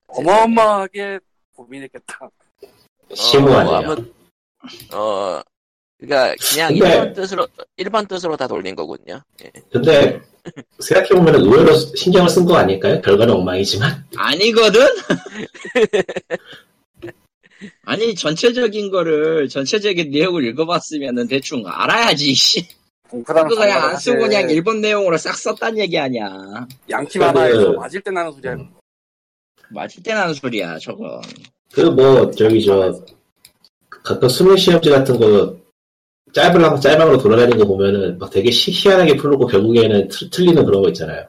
C: 어마어마하게 고민했겠다.
B: 어,
A: 어,
D: 심오하네요.
A: 아무- 어, 그러니까 그냥
D: 근데-
A: 일반 뜻으로 일반 뜻으로 다 돌린 거군요. 예.
D: 근데 생각해보면 의외로 신경을 쓴 거 아닐까요? 결과는 엉망이지만
B: 아니거든? (laughs) 아니, 전체적인 거를, 전체적인 내용을 읽어봤으면은 대충 알아야지, 씨.
C: 봉프랑
B: 그거 그냥 안
C: 아, 사실
B: 쓰고 그냥 일본 내용으로 싹 썼단 얘기 아니야.
C: 양팀 하나에서
D: 그-
C: 맞을 때 나는 소리야.
B: 맞을 때 나는 소리야, 저거.
D: 그 뭐 저기
C: 아,
D: 저 가끔 수능 시험지 같은 거 짧으라고 짧으로 돌아다니는 거 보면은 막 되게 시- 희한하게 풀고 결국에는 틀, 틀리는 그런 거 있잖아요.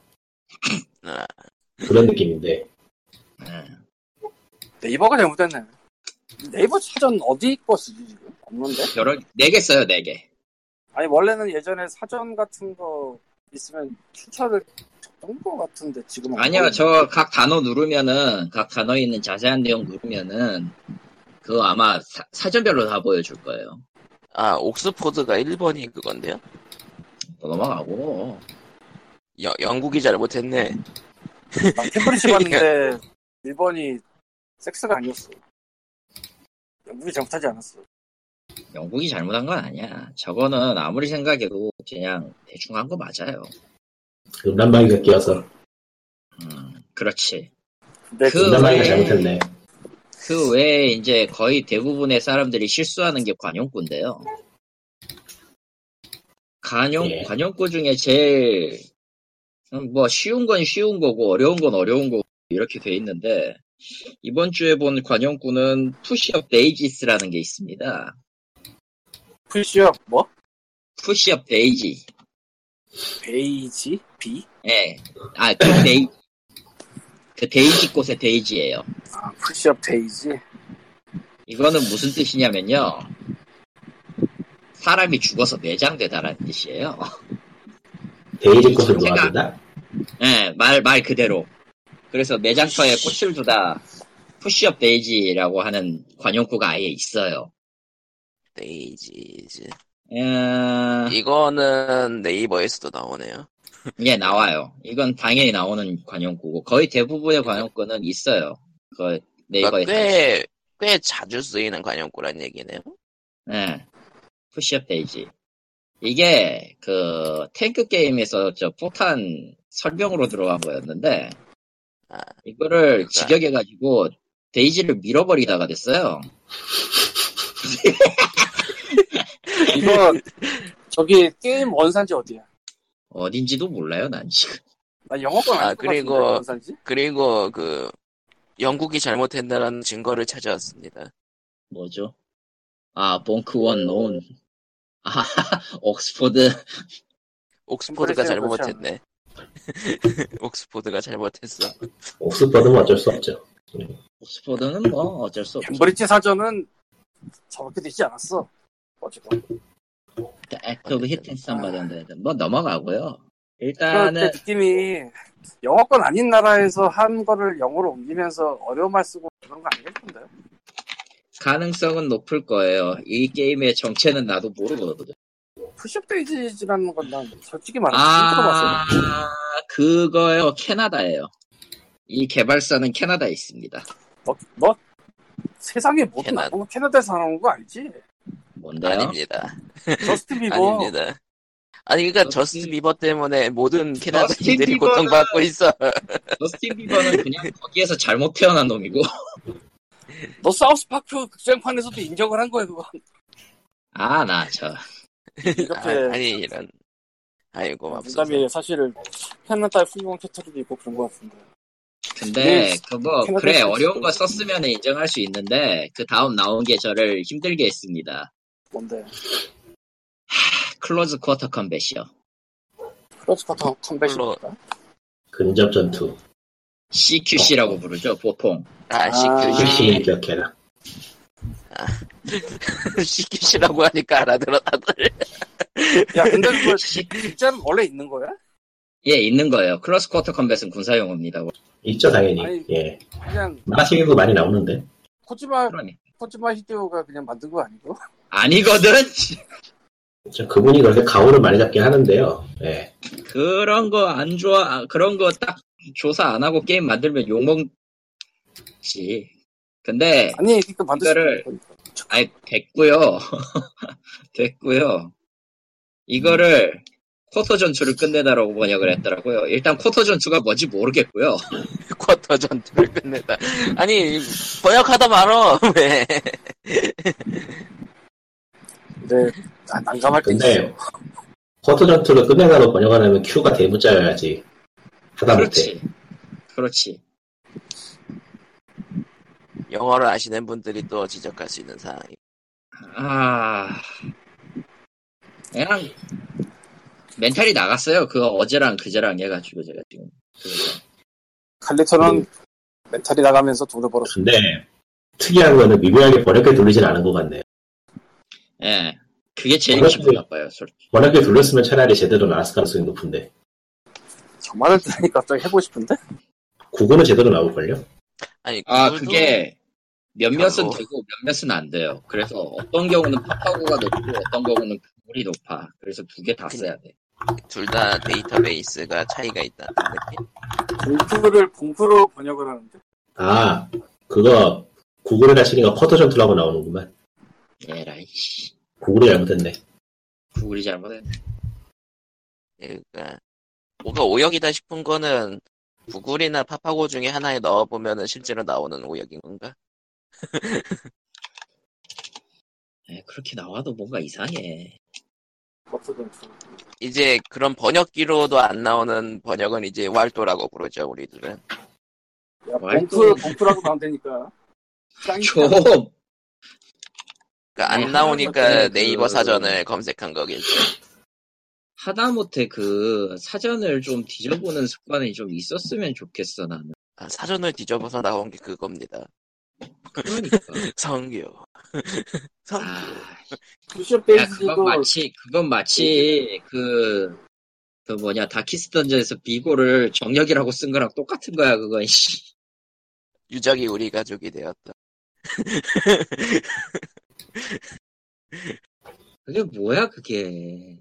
A: 아.
D: 그런 느낌인데
C: 네이버가 잘못됐네. 네이버 사전 어디 거 쓰지 지금? 없는데?
B: 여러, 네개 써요, 네 개.
C: 아니 원래는 예전에 사전 같은 거 있으면 추천을 줬던 거 같은데 지금
B: 아니요, 저 각 단어 누르면은, 각 단어에 있는 자세한 내용 누르면은, 그거 아마 사, 전별로다 보여줄 거예요.
A: 아 옥스포드가 1번이 그건데요.
B: 뭐 넘어가고.
A: 여- 영국이 잘못했네.
C: 캠브리지 아,
A: (laughs)
C: 봤는데 1번이 섹스가 아니었어. 영국이 잘못하지 않았어.
B: 영국이 잘못한 건 아니야. 저거는 아무리 생각해도 그냥 대충 한 거 맞아요.
D: 그 음란마귀가 끼어서
B: 음, 그렇지.
C: 근데
B: 그-
D: 음란마귀가
B: 왜?
D: 잘못했네.
B: 그 외에 이제 거의 대부분의 사람들이 실수하는 게 관용구인데요. 관용,
D: 예.
B: 관용구 중에 제일, 음, 뭐, 쉬운 건 쉬운 거고, 어려운 건 어려운 거고, 이렇게 돼 있는데, 이번 주에 본 관용구는 푸시업 데이지스라는 게 있습니다.
C: 풀시업 뭐?
B: 푸시업 데이지.
C: 베이지? 비?
B: 예. 아, 그 데이, 그 데이지 꽃의 데이지예요
C: 아 풀시업 베이지?
B: 이거는 무슨 뜻이냐면요. 사람이 죽어서 내장되다라는 뜻이에요.
D: 데이지 꽃을 놓아
B: 제가-
D: 준다
B: 예, 말, 말 그대로. 그래서 내장터에 꽃을 두다, 푸시업 데이지라고 하는 관용구가 아예 있어요.
A: 데이지즈.
B: 예,
A: 이거는 네이버에서도 나오네요.
B: 예, 나와요. 이건 당연히 나오는 관용구고, 거의 대부분의 관용구는 있어요. 그, 네이버에.
A: 그러니까 꽤꽤 자주 쓰이는 관용구란 얘기네요.
B: 예. 푸시업 데이지. 이게 그 탱크 게임에서 저 포탄 설명으로 들어간 거였는데
A: 아,
B: 이거를
A: 그러니까.
B: 직역해가지고 데이지를 밀어버리다가 됐어요.
C: 이거
A: (laughs)
C: 저기 게임 원산지 어디야?
B: 어딘지도 몰라요, 난 지금.
C: 나 영어권
A: 아,
C: 알것
A: 그리고-
C: 같은데 원산지?
A: 그리고 그 영국이 잘못했다라는 증거를 찾아왔습니다.
B: 뭐죠? (laughs) 아, 봉크 원 논. 아, 옥스포드.
A: 옥스포드가
C: 템플릿은
A: 잘못했네. (laughs) 옥스포드가 잘못했어.
D: 옥스퍼드는 어쩔 수 없죠.
B: 옥스포드는 뭐 어쩔 수 없죠.
C: 캠브리지 사전은 저렇게 되지 않았어. 어쨌건
B: 액터브 히트앤스 안 받았는데 뭐 넘어가고요.
A: 아, 네.
C: 그때
B: 일단은
C: 느낌이 영어권 아닌 나라에서 한 거를 영어로 옮기면서 어려움만 쓰고 그런 거 아니겠던데?
B: 가능성은 높을 거예요. 이 게임의 정체는 나도 모르거든.
C: 뭐 푸시업 데이지라는 건 난 솔직히 말해서 처음 들어봤어.
B: 아, 그거요. 캐나다예요. 이 개발사는 캐나다에 있습니다.
C: 너, 너 세상에 모든
A: 캐나다.
C: 나쁜 거 캐나다에서 나온 거 알지?
B: 뭔데요?
A: 아닙니다.
C: 저스틴 비버
A: (laughs) 아닙니다. 아니 그러니까 저스트
B: 저스틴-
A: 비버 때문에 모든
B: 저스틴
A: 캐나다인들이
B: 비버는-
A: 고통받고 있어. 아,
B: 저스틴 비버는 그냥 거기에서 잘못 태어난 놈이고.
C: 너 사우스파크 극장판에서도 인정을 한 거야 그거
B: 아, 나, 저.
C: 이렇게
A: 아, 아니 이런. 아이고 맙소사.
C: 그다음에 사실은 캐나다의 훌륭한 캐터리도 있고 그런 거 같은데
B: 근데, 그거,
C: 캐나다
B: 그래,
C: 있을
B: 어려운
C: 네, 수도
B: 거
C: 있어.
B: 썼으면 인정할 수 있는데, 그 다음 나온 게 저를 힘들게 했습니다.
C: 뭔데?
B: 클로즈 쿼터 컴뱃이요.
C: 크로스파크
A: 뭐.
C: 컴백입니까?
D: 근접 전투.
B: CQC라고 부르죠, 보통.
A: 아
C: 아.
A: 시큐시
D: 역시 기억해라.
B: 아,
A: 시큐시라고 하니까 알아들어 다들. (laughs)
C: 야 근데 그거 진짜로 원래 있는 거야?
B: 예, 있는 거예요. 클로즈 쿼터 컴뱃은 군사용어입니다.
D: 있죠 당연히.
C: 아니.
D: 예.
C: 그냥
D: 마시기도 많이 나오는데.
C: 코지마
B: 그러니.
C: 코지마 히데오가 그냥 만든 거 아니고?
B: 아니거든! (laughs)
D: 좀 그분이 그렇게 가오를 많이 잡긴 하는데요. 예.
B: 그런 거 안 좋아, 아, 그런 거 딱 조사 안 하고 게임 만들면 욕먹지. 근데,
C: 아니 그러니까 만들 수
B: 이거를-
C: 있는 거니까.
B: 아이, 됐고요 (laughs) 됐고요 이거를, 쿼터 전투를 끝내다라고 번역을 했더라고요. 일단 쿼터 전투가 뭔지 모르겠고요.
A: 쿼터 전투를 끝내다. 아니 번역하다 말어 (laughs) 왜?
C: 근데 아, 난감할 게 있어.
D: 근데 쿼터 전투를 끝내다로 번역하려면 Q가 대문자여야지. 하다못해.
B: 그렇지. 그렇지.
A: 영어를 아시는 분들이 또 지적할 수 있는 상황.
B: 아, 그냥, 멘탈이 나갔어요. 그거 어제랑 그제랑 해가지고 제가 지금.
C: 갈리터는
B: 그
C: 멘탈이 나가면서 돈을 벌었어.
D: 근데 특이한 거는 미묘하게 번역기 돌리진 않은 것 같네요.
B: 예. 그게 제일
D: 그렇지.
B: 기분 나빠요, 솔직히.
D: 번역기 돌렸으면 차라리 제대로 나왔을 가능성이 높은데.
C: (laughs) 정말 했다니까 갑자기 해보고 싶은데?
D: 국어는 제대로 나올걸요?
A: 아니
B: 아,
A: 그걸도-
B: 그게 몇몇은
A: 별로.
B: 되고 몇몇은 안 돼요. 그래서 어떤 경우는 파파고가 높고 어떤 경우는 물이 높아. 그래서 두 개 다 써야 돼.
A: 둘 다 데이터베이스가 차이가 있다는 느낌?
C: 봉투를 봉투로 번역을 하는데
D: 아, 그거 구글에 다시니까 쿼터 전투라고 나오는구만.
B: 에라이 씨.
D: 구글이 잘못했네.
B: 구글이 잘못했네.
A: 그러니까 뭐가 오역이다 싶은 거는 구글이나 파파고 중에 하나에 넣어보면 은 실제로 나오는 오역인 건가?
B: 에, 그렇게 나와도 뭔가 이상해.
C: 버프 봉투.
A: 이제 그런 번역기로도 안 나오는 번역은 이제 왈도라고 부르죠 우리들은
C: 야
B: 와이프.
C: 봉투 봉투라고 나면 되니까. 짱이다.
B: 좀!
A: 그러니까
B: 아니,
A: 안
B: 하나만
A: 나오니까
B: 그-
A: 네이버 사전을 검색한 거겠죠
B: 하다못해 그 사전을 좀 뒤져보는 습관이 좀 있었으면 좋겠어, 나는.
A: 아, 사전을 뒤져봐서 나온 게 그겁니다 (laughs)
B: 그러니까.
A: 성교 (laughs) 성...
B: 아,
C: 푸시업
B: 야, 그건
C: 베이스도
B: 마치, 그건 마치, 그, 그 뭐냐, 다키스 던전에서 비고를 정력이라고 쓴 거랑 똑같은 거야, 그건, 씨.
A: 유적이 우리 가족이 되었다
B: 그게 뭐야, 그게.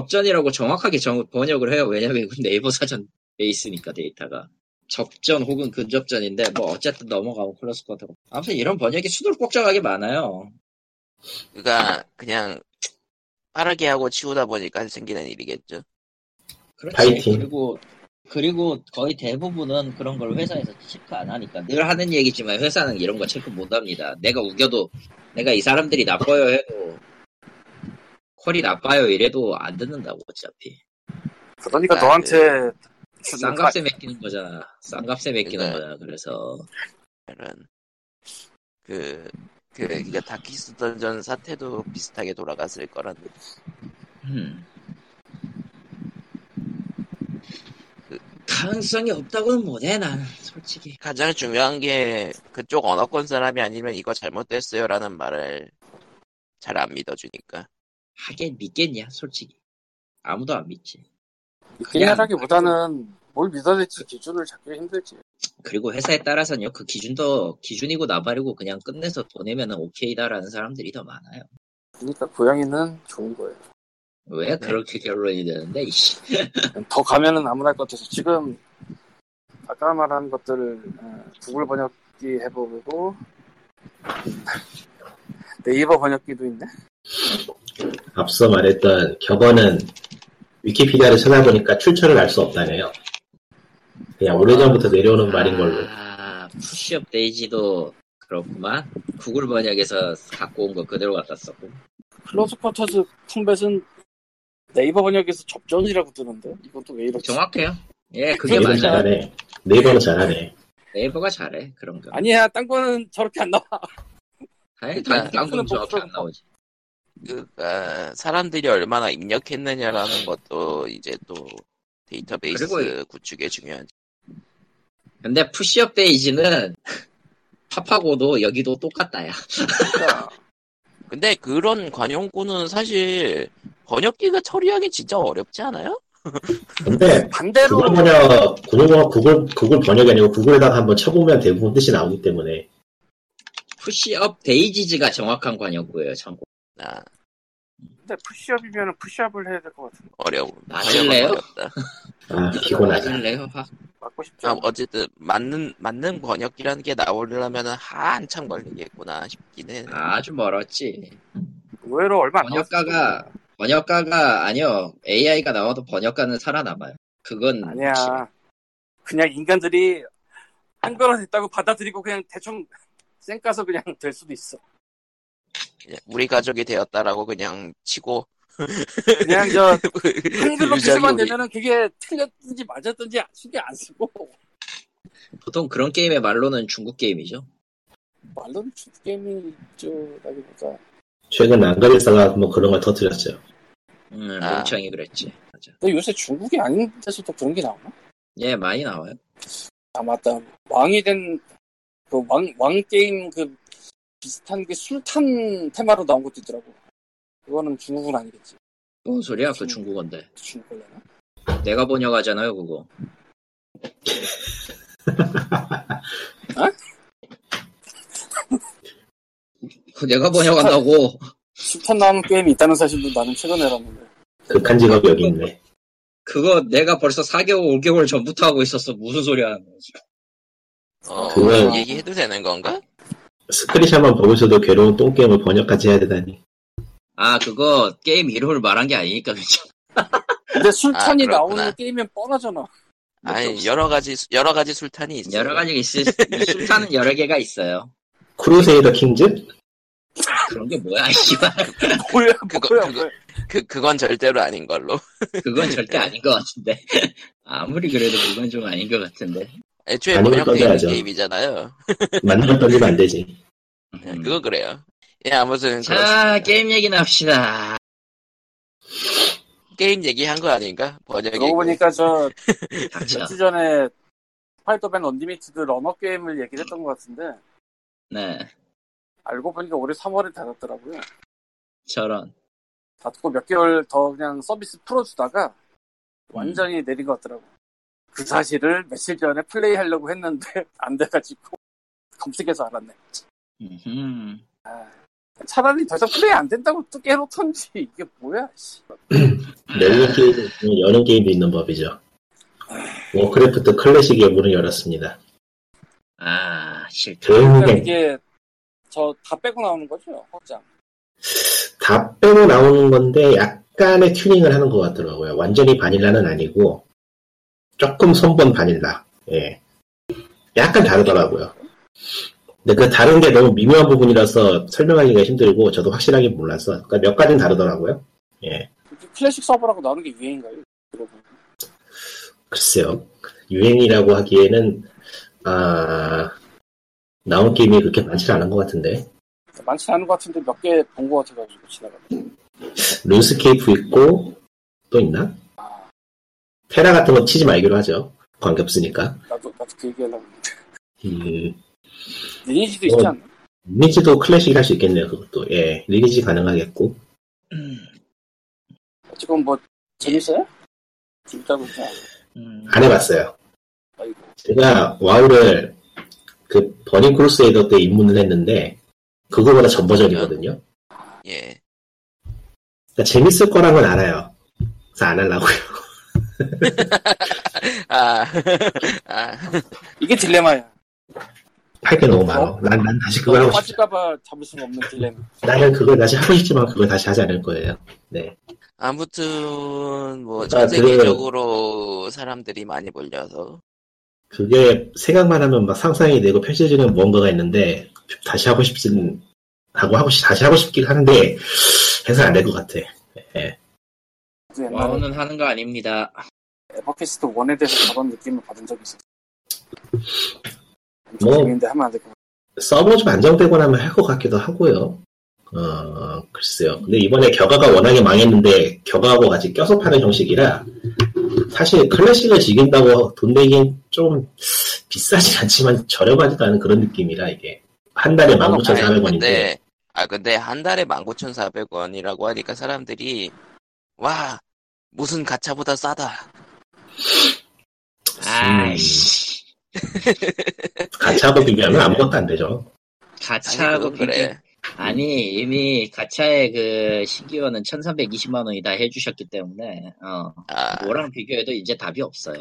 B: 접전이라고 정확하게 정- 번역을 해요. 왜냐면 이건 네이버 사전 베이스니까, 데이터가. 접전 혹은 근접전인데, 뭐, 어쨌든 넘어가고 클러스 같다고. 아무튼 이런 번역이 수돌꼭지하게 많아요.
A: 그러니까 그냥 빠르게 하고 치우다 보니까 생기는 일이겠죠
B: 그렇지.
D: 파이팅.
B: 그리고, 그리고 거의 대부분은 그런 걸 회사에서 체크 안 하니까. 늘 하는 얘기지만 회사는 이런 거 체크 못 합니다. 내가 우겨도, 내가 이 사람들이 나빠요 해도, 퀄이 나빠요 이래도 안 듣는다고, 어차피.
C: 그러니까
A: 아,
C: 너한테 주는 거
B: 네. 싼값에 맡기는 거잖아. 싼값에 맡기는
A: 네.
B: 거잖아. 그래서
A: 이런 그, 그, 그니까 다키스 던전 사태도 비슷하게 돌아갔을 거란
B: 음. 그 가능성이 없다고는 못해 난 솔직히
A: 가장 중요한 게 그쪽 언어권 사람이 아니면 이거 잘못됐어요라는 말을 잘 안 믿어주니까.
B: 하긴 믿겠냐 솔직히 아무도 안 믿지
C: 그냥 하다기보다는 뭘 믿어야 될지 기준을 잡기 힘들지.
B: 그리고 회사에 따라서는요 그 기준도 기준이고 나발이고 그냥 끝내서 돈 내면은 오케이다라는 사람들이 더 많아요
C: 그러니까 고양이는 좋은 거예요.
B: 왜 그렇게 결론이 되는데 이씨
C: 더 가면은 아무나 할 것 같아서 지금 아까 말한 것들을 어, 구글 번역기 해보고 네이버 번역기도 있네.
D: 앞서 말했던 격언은 위키피디아를 찾아보니까 출처를 알 수 없다네요. 그냥 오래전부터 내려오는 말인 걸로.
B: 아 푸시업 데이지도 그렇구만 구글 번역에서 갖고 온 거 그대로 갖다 썼고
C: 클로즈 쿼터즈 풍뱃은 네이버 번역에서 접전이라고 뜨는데 이건 또 왜 이렇지?
B: 정확해요 예 그게
D: 네이버는
B: 맞아요
D: 잘하네. 네이버는 잘하네.
B: 네이버가 잘해 그런 거
C: 아니야, 딴 거는 저렇게 안 나와.
B: 아니
A: 그러니까
B: 당근
C: 핑크는
B: 저밖에 안
C: 복수하고
B: 나오지
A: 그러니까 사람들이 얼마나 입력했느냐라는 것도 이제 또 데이터베이스
B: 그리고
A: 구축에 중요한.
B: 근데 푸시업 데이지는 (laughs) 팝하고도 여기도 똑같다야.
C: 그러니까
A: 근데 그런 관용구는 사실 번역기가 처리하기 진짜 어렵지 않아요?
D: 근데
C: (laughs) 반대로
D: 구글 번역, 구글 번역, 구글, 구글 번역이 아니고 구글에다가 한번 쳐보면 대부분 뜻이 나오기 때문에
B: 푸시업 데이지즈가 정확한 관용구예요. 참고.
A: 아
C: 근데 푸시업이면 푸시업을 해야 될 것 같은데
A: 어려운.
B: 맞을래요?
A: 번역은 어렵다.
D: 아 피곤하다.
B: 맞을래요? 확.
C: 맞고 싶지
A: 아,
C: 않아.
A: 어쨌든 맞는 맞는 번역기라는 게 나오려면 한참 걸리겠구나 싶긴 해.
B: 아주 멀었지.
C: 의외로 얼마 안 나왔어.
B: 번역가가 번역가가 아니요 AI가 나와도 번역가는 살아남아요. 그건
C: 아니야.
B: 확실해.
C: 그냥 인간들이 한글화 됐다고 받아들이고 그냥 대충 쌩 까서 그냥 될 수도 있어.
A: 그냥 우리 가족이 되었다라고 그냥 치고
C: 그냥 저
A: (laughs)
C: 한글로
A: 유작이
C: 표시만
A: 우리-
C: 되면은 그게 틀렸든지 맞았든지 신경 안 쓰고
B: 보통 그런 게임의 말로는 중국 게임이죠.
C: 말로는 축구 게임이죠라기보다
D: 최근 안가리사가 뭐 그런 걸 터뜨렸죠.
B: 음,
A: 아.
B: 몽창이 그랬지. 맞아.
C: 근데 요새 중국이 아닌 데서도 그런 게 나오나?
B: 예, 많이 나와요.
C: 아 맞다 왕이 된 그 왕 왕 게임 그 비슷한 게 술탄 테마로 나온 것도 있더라고 그거는 중국은 아니겠지
B: 뭔 소리야? 그 중국어인데.
C: 중국 걸려나?
B: 내가 번역하잖아요, 그거. 어? 그거 내가 번역한다고.
C: 술탄 나오는 게임이 있다는 사실도 나는 최근에 알았는데
D: 극한 직업이 여기 있네.
B: 그거 내가 벌써 4개월, 5개월 전부터 하고 있었어. 무슨 소리 하는 거지?
A: 어,
D: 그건-
A: 얘기해도 되는 건가?
D: 스크린샷만 보면서도 괴로운 똥게임을 번역까지 해야 되다니.
B: 아, 그거 게임 이름을 말한 게 아니니까 괜찮아.
C: 근데 술탄이
A: 아, 그렇구나.
C: 나오는 게임은
A: (laughs)
C: 뻔하잖아
A: 아니 여러 가지 수- 여러 가지 술탄이 있어.
B: 여러 가지가 있을, 수- 이 술탄은 여러 개가 있어요.
D: 크루세이더 킹즈?
B: 그런 게 뭐야, 씨발.
C: 뭐야
A: 그거-
C: 뭐야
A: 그거-
C: 뭐야
A: 그 그건 절대로 아닌 걸로.
B: 그건 절대 아닌 것 같은데. (laughs) 아무리 그래도 그건 좀 아닌 것 같은데.
A: 애초에
D: 아니면
A: 번역되어 있는
D: 던져야죠.
A: 게임이잖아요.
D: 만나면 던지면 안 되지.
A: 예,
B: 음.
A: 그건 그래요. 예 아무튼
B: 자,
A: 그렇습니다.
B: 게임
A: (laughs)
B: 얘기나 합시다.
A: 게임 얘기한 거 아닌가? 번역 얘기. 어.
C: 그러고 보니까 저
B: 닥쳐.
C: 며칠 전에 파이터맨 언리미티드 러너 게임을 얘기를 했던 것 같은데
B: 네.
C: 알고 보니까 올해 3월에 닫았더라고요.
B: 저런.
C: 닫고 몇 개월 더 그냥 서비스 풀어주다가
A: 음.
C: 완전히 내린 것 같더라고. 그 사실을 며칠 전에 플레이하려고 했는데 (laughs) 안 돼가지고 검색해서 알았네.
B: 음흠.
C: 차라리 더 이상 플레이 안 된다고 또 깨놓던지 이게 뭐야? 씨.
D: 열린 게임도 있고 여는 게임도 있는 법이죠. 워크래프트 클래식의 문을 열었습니다.
B: 아, 싫다.
C: 그러니까
D: 결국엔
C: 이게 저 다 빼고 나오는 거죠? 확장.
D: 다 빼고 나오는 건데 약간의 튜닝을 하는 것 같더라고요. 완전히 바닐라는 아니고 조금 손본 바닐라. 예. 약간 다르더라고요. 근데 그 다른 게 너무 미묘한 부분이라서 설명하기가 힘들고 저도 확실하게 몰라서 그러니까 몇 가지는 다르더라고요. 예.
C: 이게 클래식 서버라고 나오는 게 유행인가요? 여러분.
D: 글쎄요. 유행이라고 하기에는 아 나온 게임이 그렇게 많지 않은 것 같은데
C: 많지 않은 것 같은데 몇 개 본 것 같아가지고 지나가.
D: 룬스케이프 있고 또 있나? 페라 같은 거 치지 말기로 하죠. 관계없으니까.
C: 나도 나도 그 얘기하려고 했는데
D: 음,
C: 리니지도 있지
D: 어.
C: 않나?
D: 리니지도 클래식 할 수 있겠네요, 그것도. 예, 리니지 가능하겠고.
C: 지금 뭐 재밌어요? 재밌다고 했잖아
B: 음,
D: 안 해봤어요.
C: 아이고.
D: 제가 와우를 그 버닝 크루세이더 때 입문을 했는데, 그거보다 전 버전이거든요.
A: 예.
D: 그러니까 재밌을 거란 건 알아요. 그래서 안 하려고요. (laughs)
A: 아, (laughs) 아,
C: 이게 딜레마야
D: 할 게 너무 많아. 난, 난 다시 그걸 하고 싶지.
C: 빠질까봐 잡을 수가 없는 딜레마
D: 나는 그걸 다시 하고 싶지만 그걸 다시 하지 않을 거예요. 네.
A: 아무튼 뭐
D: 그러니까
A: 전
D: 그-
A: 세계적으로 사람들이 많이 몰려서
D: 그게 생각만 하면 막 상상이 되고 펼쳐지는 뭔가가 있는데 다시 하고 싶진 하고 하고 싶 다시 하고 싶긴 하는데 해서 안 될 것 같아.
C: 그
D: 아.
C: 옛날에
B: 와우는 하는 거 아닙니다.
C: 에버캐스트 1에 대해서 저런 느낌을 받은 적이 있었어 엄청
D: 뭐.
C: 재밌는데 하면 안 될 것 같아
D: 서버 좀 안정되고 나면 할 것 같기도 하고요. 어 글쎄요. 근데 이번에 격아가 워낙에 망했는데 격아하고 같이 껴서 파는 형식이라 사실 클래식을 즐긴다고 돈 내기엔 좀 비싸진 않지만 저렴하지도 않은 그런 느낌이라 이게 한 달에
C: 격아가
D: 19,400원인데
A: 근데 아 근데 한 달에 19,400원이라고 하니까 사람들이 와 무슨 가차보다 싸다.
B: 아이씨.
D: 가차하고 비교하면 아무것도 안 되죠.
A: 사실
B: 가차하고
A: 그건
B: 비교.
A: 그래.
B: 아니, 이미 가차의 그 시기원은 1320만원이 다 해주셨기 때문에, 어,
A: 아,
B: 뭐랑 비교해도 이제 답이 없어요.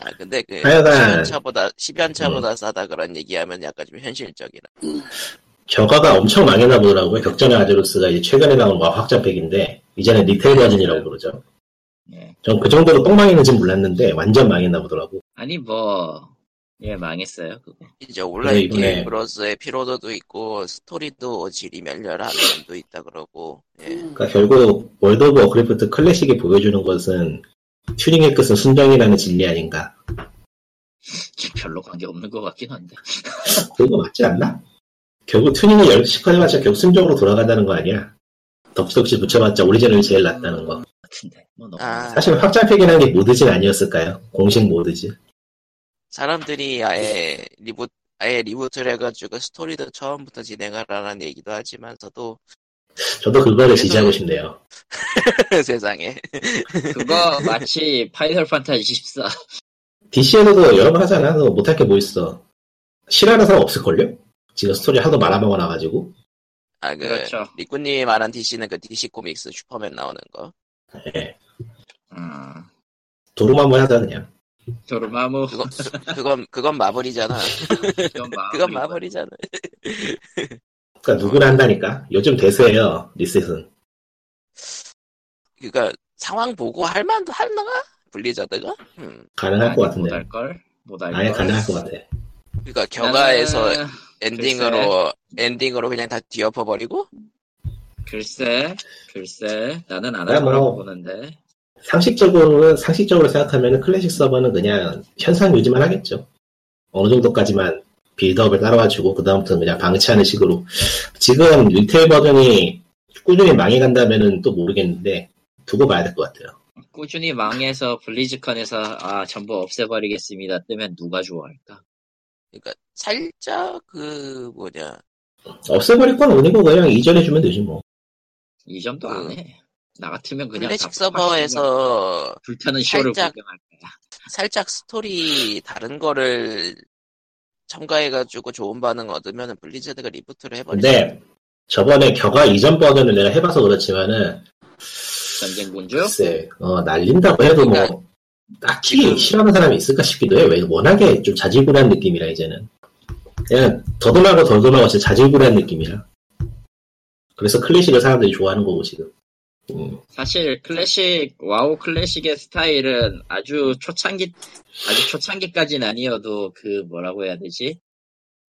A: 아 근데 그
D: 하여간- 네.
A: 10연차보다 10연차보다 싸다 그런 얘기하면 약간 좀 현실적이라.
D: 저가가 엄청 망했나 보더라고요. 격전의 아제로스가 이제 최근에 나온 와 확장팩인데 이제는 리테일 버전이라고 그러죠.
B: 예.
D: 전 그 정도로 똥망했는지 몰랐는데 완전 망했나 보더라고.
B: 아니, 뭐, 예, 망했어요, 그거.
A: 이제 온라인
D: 이번에-
A: 게임 브로스의 피로도도 있고 스토리도 질이 멸렬한 면도 있다 그러고 예.
D: 그러니까 결국 월드 오브 워크래프트 클래식이 보여주는 것은 튜닝의 끝은 순정이라는 진리 아닌가.
B: 별로 관계 없는 것 같긴 한데.
D: 그거 맞지 않나? 결국 튜닝을 열심히 해봤자 결국 순정으로 돌아간다는 거 아니야. 덕지덕지 붙여봤자 오리지널이 제일 낫다는 거.
B: 같은데, 뭐, 너무.
A: 아
D: 사실 확장팩이라는 게 모드진 아니었을까요? 공식 모드지.
A: 사람들이 아예 리부 아예 리부트를 해가지고 스토리도 처음부터 진행하라는 얘기도 하지만서도 (laughs)
D: 저도 그거를 지지하고 싶네요.
A: 세상에
B: 그거 마치 파이널 판타지 14.
D: DC에서도 여러 번 하잖아. 그거 못할 게 뭐 있어. 싫어하는 사람 없을걸요? 지금 스토리 하도 말아먹어 놔가지고.
A: 아, 그,
B: 그렇죠.
A: 리꾸님이 말한 DC는 그 DC 코믹스 슈퍼맨 나오는 거.
D: 예.
B: 음,
D: 도루마무 하자, 그냥.
B: 도르마무.
A: 그거, 그건, 그건 마블이잖아.
B: 그건
A: 그건
B: 마무리.
A: 마블이잖아.
D: 그니까 그러니까 누구나 한다니까. 요즘 대세예요, 리셋은.
A: 그니까, 그러니까 상황 보고 할만도 할나가? 블리자드가? 음.
D: 가능할 것
B: 아니, 뭐
D: 같은데.
B: 못할걸? 못할걸?
D: 아예 가능할 것 같아.
A: 그니까, 격아에서
B: 나는
A: 그러니까 엔딩으로, 엔딩으로 그냥 다 뒤엎어버리고?
B: 글쎄, 글쎄, 나는 안
D: 그래,
B: 할
D: 뭐.
B: 거라고 보는데.
D: 상식적으로는, 상식적으로 생각하면 클래식 서버는 그냥 현상 유지만 하겠죠. 어느 정도까지만 빌드업을 따라와주고, 그다음부터는 그냥 방치하는 식으로. 지금 리테일 버전이 꾸준히 망해간다면은 또 모르겠는데, 두고 봐야 될 것 같아요.
B: 꾸준히 망해서 블리즈컨에서 아 전부 없애버리겠습니다 뜨면 누가 좋아할까?
A: 그니까, 그러니까 살짝, 그, 뭐냐.
D: 없애버릴 건 아니고 그냥 이전해주면 되지 뭐.
B: 이 점도
A: 그
B: 안 해. 나 같으면 그냥
A: 클래식
B: 다 빡빡 치면
A: 서버에서
B: 불타는 쇼를
A: 살짝-
B: 구경할 거야.
A: 살짝 스토리 다른 거를 첨가해가지고 좋은 반응 얻으면 블리자드가 리부트를 해버리죠.
D: 근데 저번에 격아 이전 버전을 내가 해봐서 그렇지만은
B: 전쟁군주?
D: 글쎄 어, 날린다고 해도
A: 그러니까
D: 뭐 딱히
A: 지금-
D: 싫어하는 사람이 있을까 싶기도 해. 왜 워낙에 좀 자질구레한 느낌이라 이제는 그냥 더듬하고 덜듬하고 진짜 자질구레한 느낌이라. 그래서 클래식을 사람들이 좋아하는 거고 지금. 음,
B: 사실 클래식 와우 클래식의 스타일은 아주 초창기 아주 초창기까지는 아니어도 그 뭐라고 해야 되지?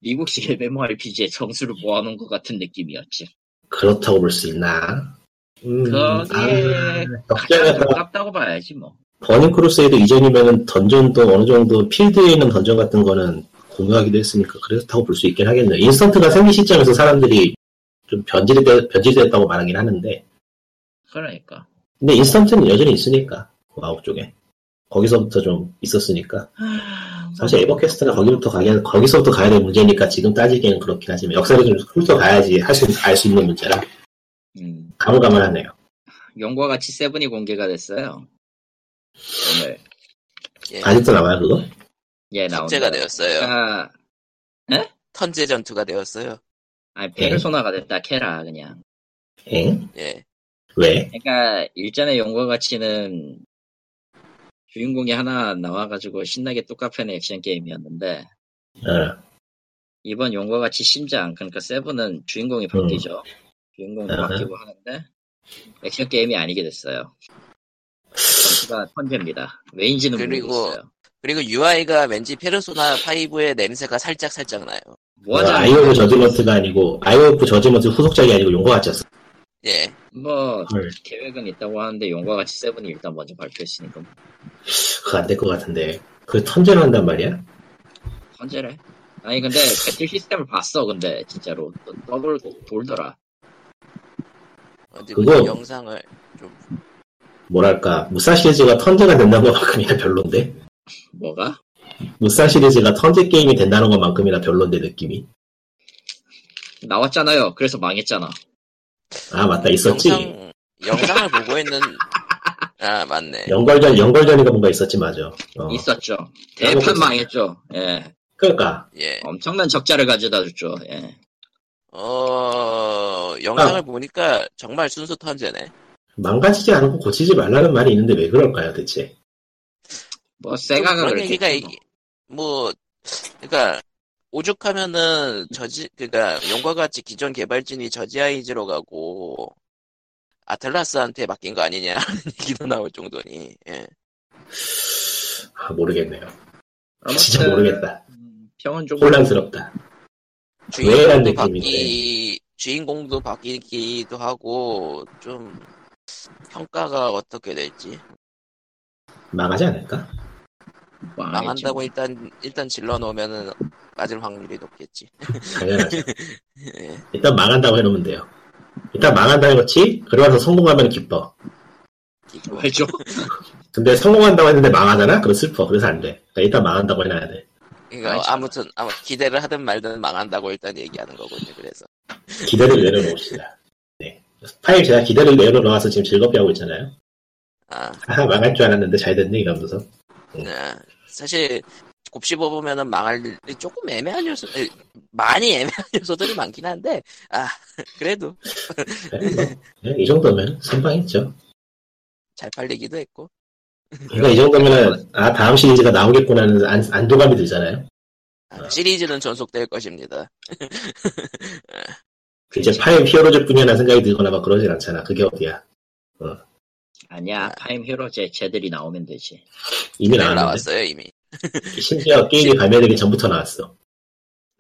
B: 미국식 MMORPG의 정수를 모아놓은 것 같은 느낌이었지.
D: 그렇다고 볼 수 있나? 음, 아,
B: 거기에 가장
D: 격전에서
B: 가깝다고 봐야지 뭐.
D: 버닝 크루세이드 이전이면은 던전도 어느 정도 필드에 있는 던전 같은 거는 공유하기도 했으니까 그렇다고 볼 수 있긴 하겠네요. 인스턴트가 생긴 시점에서 사람들이 좀 변질이 되, 변질됐다고 말하긴 하는데
B: 그러니까.
D: 근데 인스턴트는 여전히 있으니까 와우 그 쪽에 거기서부터 좀 있었으니까 사실 에버캐스트가 거기부터 가야 거기서부터 가야 될 문제니까 지금 따지기에는 그렇긴 하지만 역사를 좀 훑어가야지 할수알수 있는 문제라
B: 음,
D: 가물가물하네요.
B: 용과 같이 세븐이 공개가 됐어요. 오늘
A: 예,
D: 아직도 남아요 그거?
B: 예 나온.
A: 턴제가 되었어요.
B: 아,
A: 턴제 전투가 되었어요.
B: 아니 페르소나가 됐다 캐라 그냥.
D: 엥?
A: 예,
D: 왜?
B: 그러니까 일전에 용과 같이는 주인공이 하나 나와가지고 신나게 똑같은 액션 게임이었는데
D: 어,
B: 이번 용과 같이 심장 그러니까 세븐은 주인공이 바뀌죠. 주인공도
D: 음.
B: 바뀌고 하는데 액션 게임이 아니게 됐어요. 전투가 턴제입니다. 왜인지는
A: 그리고-
B: 모르겠어요.
A: 그리고 UI가 왠지 페르소나 5의 냄새가 살짝 살짝 나요.
B: 뭐
D: 아이오브 저질먼트가 아니고 아이오브 저질먼트 후속작이 아니고 용거 같지 않았어?
A: 예,
B: 뭐
D: 헐,
B: 계획은 있다고 하는데 용과 같이 세븐이 일단 먼저 발표했으니까 뭐
D: 그거 안 될 것 같은데 그 턴제로 한단 말이야?
B: 턴제래. 아니 근데 배틀 시스템을 봤어 근데 진짜로 또 더블 돌더라.
A: 어디
D: 그거-
A: 그 영상을 좀
D: 뭐랄까 무사 시리즈가 턴제가 된다는 것만큼이나 별론데
B: 뭐가?
D: 무사 시리즈가 턴제 게임이 된다는 것만큼이나 별론데 느낌이
B: 나왔잖아요. 그래서 망했잖아.
D: 아 맞다 있었지
A: 영상 영상을 보고 있는 아 맞네.
D: 연결전 연결전이가 뭔가 있었지 맞아 어.
B: 있었죠.
D: 까먹고
B: 대판
D: 있었어.
B: 망했죠. 예.
D: 그러니까
A: 예,
B: 엄청난 적자를 가져다 줬죠. 예.
A: 어 영상을 보니까 정말 순수 턴제네.
D: 망가지지 않고 고치지 말라는 말이 있는데 왜 그럴까요 대체
B: 뭐
A: 좀
B: 세가가
A: 그런
B: 그렇게
A: 얘기가
B: 했죠.
A: 이- 뭐 그러니까 오죽하면은 저지 그러니까 용과 같이 기존 개발진이 저지아이즈로 가고 아틀라스한테 맡긴 거 아니냐 (laughs) 하는 얘기도 나올 정도니 예.
D: 아 모르겠네요
B: 아무튼,
D: 진짜 모르겠다
B: 음, 평은 좀
D: 혼란스럽다 왜라는
A: 주인공도
D: 느낌인데.
A: 바뀌 주인공도 바뀌기도 하고 좀 평가가 어떻게 될지
D: 망하지 않을까?
B: 망했지. (laughs)
A: 망한다고 일단 일단 질러 놓으면은 맞을 확률이 높겠지
B: (laughs)
D: 당연하죠
A: 예.
D: 일단 망한다고 해놓으면 돼요 일단 망한다는 거지 그러면서 성공하면 기뻐
A: 기본.
B: 왜죠?
D: 근데 성공한다고 했는데 망하잖아? 그럼 슬퍼 그래서 안돼 그러니까 일단 망한다고 해놔야 돼
A: 그러니까
B: 알죠.
A: 아무튼 아무 기대를 하든 말든 망한다고 일단 얘기하는 거거든요 그래서
D: 기대를 내려놓읍시다 네. 파일 제가 기대를 내려놓아서 지금 즐겁게 하고 있잖아요
A: 아
D: 아 망할 줄 알았는데 잘 됐네 이러면서
A: 네. 사실 곱씹어 보면은 망할 일이 조금 애매한 요소, 에, 많이 애매한 (laughs) 요소들이 많긴 한데 아 그래도
D: 네, 이 정도면 선방했죠
A: 잘 팔리기도 했고
D: 그러니까 이 정도면은 아 다음 시리즈가 나오겠구나 하는 안, 안도감이 들잖아요.
A: 아,
D: 네.
A: 그 시리즈는 전속될 것입니다.
D: 이제
A: 그렇죠.
D: 파임 히어로즈뿐이라는 생각이 들거나 막 그러진 않잖아. 그게 어디야?
B: 아니야 타임 히어로 제 쟤들이 나오면 되지.
D: 이미
A: 네,
D: 나왔는데
A: 나왔어요 이미.
D: 심지어 게임이 발매되기 전부터 나왔어.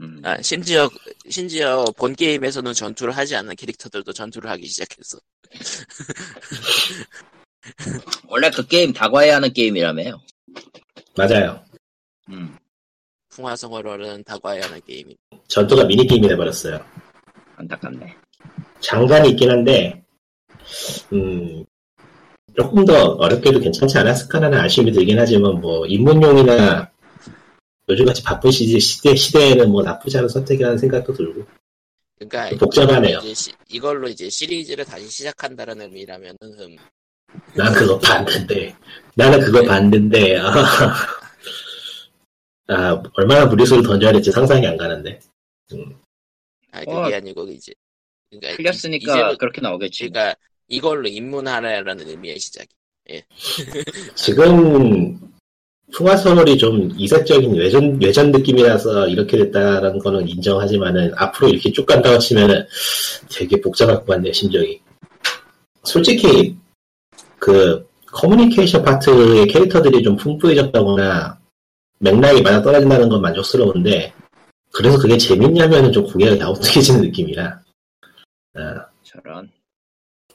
B: 음.
A: 아, 심지어 심지어 본 게임에서는 전투를 하지 않는 캐릭터들도 전투를 하기 시작했어.
B: 원래 그 게임 다과해야 하는 게임이라며요.
D: 맞아요.
B: 음.
A: 풍화성월월은 다과해야 하는 게임이.
D: 전투가 미니 게임이 돼버렸어요.
B: 안타깝네.
A: 아,
D: 장단이 있긴 한데 음, 조금 더 어렵게도 괜찮지 않았을까라는 아쉬움이 들긴 하지만 뭐 입문용이나 요즘같이 바쁜 시대, 시대 시대에는 뭐 나쁘지 않은 선택이라는 생각도 들고
A: 그러니까
D: 복잡하네요.
A: 이걸로 이제, 시- 이걸로 이제 시리즈를 다시 시작한다는 의미라면은 음,
D: 난 그거 봤는데 나는 그거 봤는데 아, (laughs) 아, 얼마나 무리수를 던져야 될지 상상이 안 가는데
A: 아 그게
B: 어.
A: 아니고 이제 그러니까
B: 풀렸으니까
A: 이제는-
B: 그렇게 나오겠지.
A: 그러니까 이걸로 입문하라라는 의미의 시작이.
D: 지금 풍화선월이 좀 이색적인 외전 외전 느낌이라서 이렇게 됐다는 거는 인정하지만은 앞으로 이렇게 쭉 간다고 치면은 되게 복잡할 것 같네요 심정이 솔직히 그 커뮤니케이션 파트의 캐릭터들이 좀 풍부해졌다거나 맥락이 많아 떨어진다는 건 만족스러운데 그래서 그게 재밌냐면은 좀 고개가 갸우뚱해지는 느낌이라 아,
B: 저런.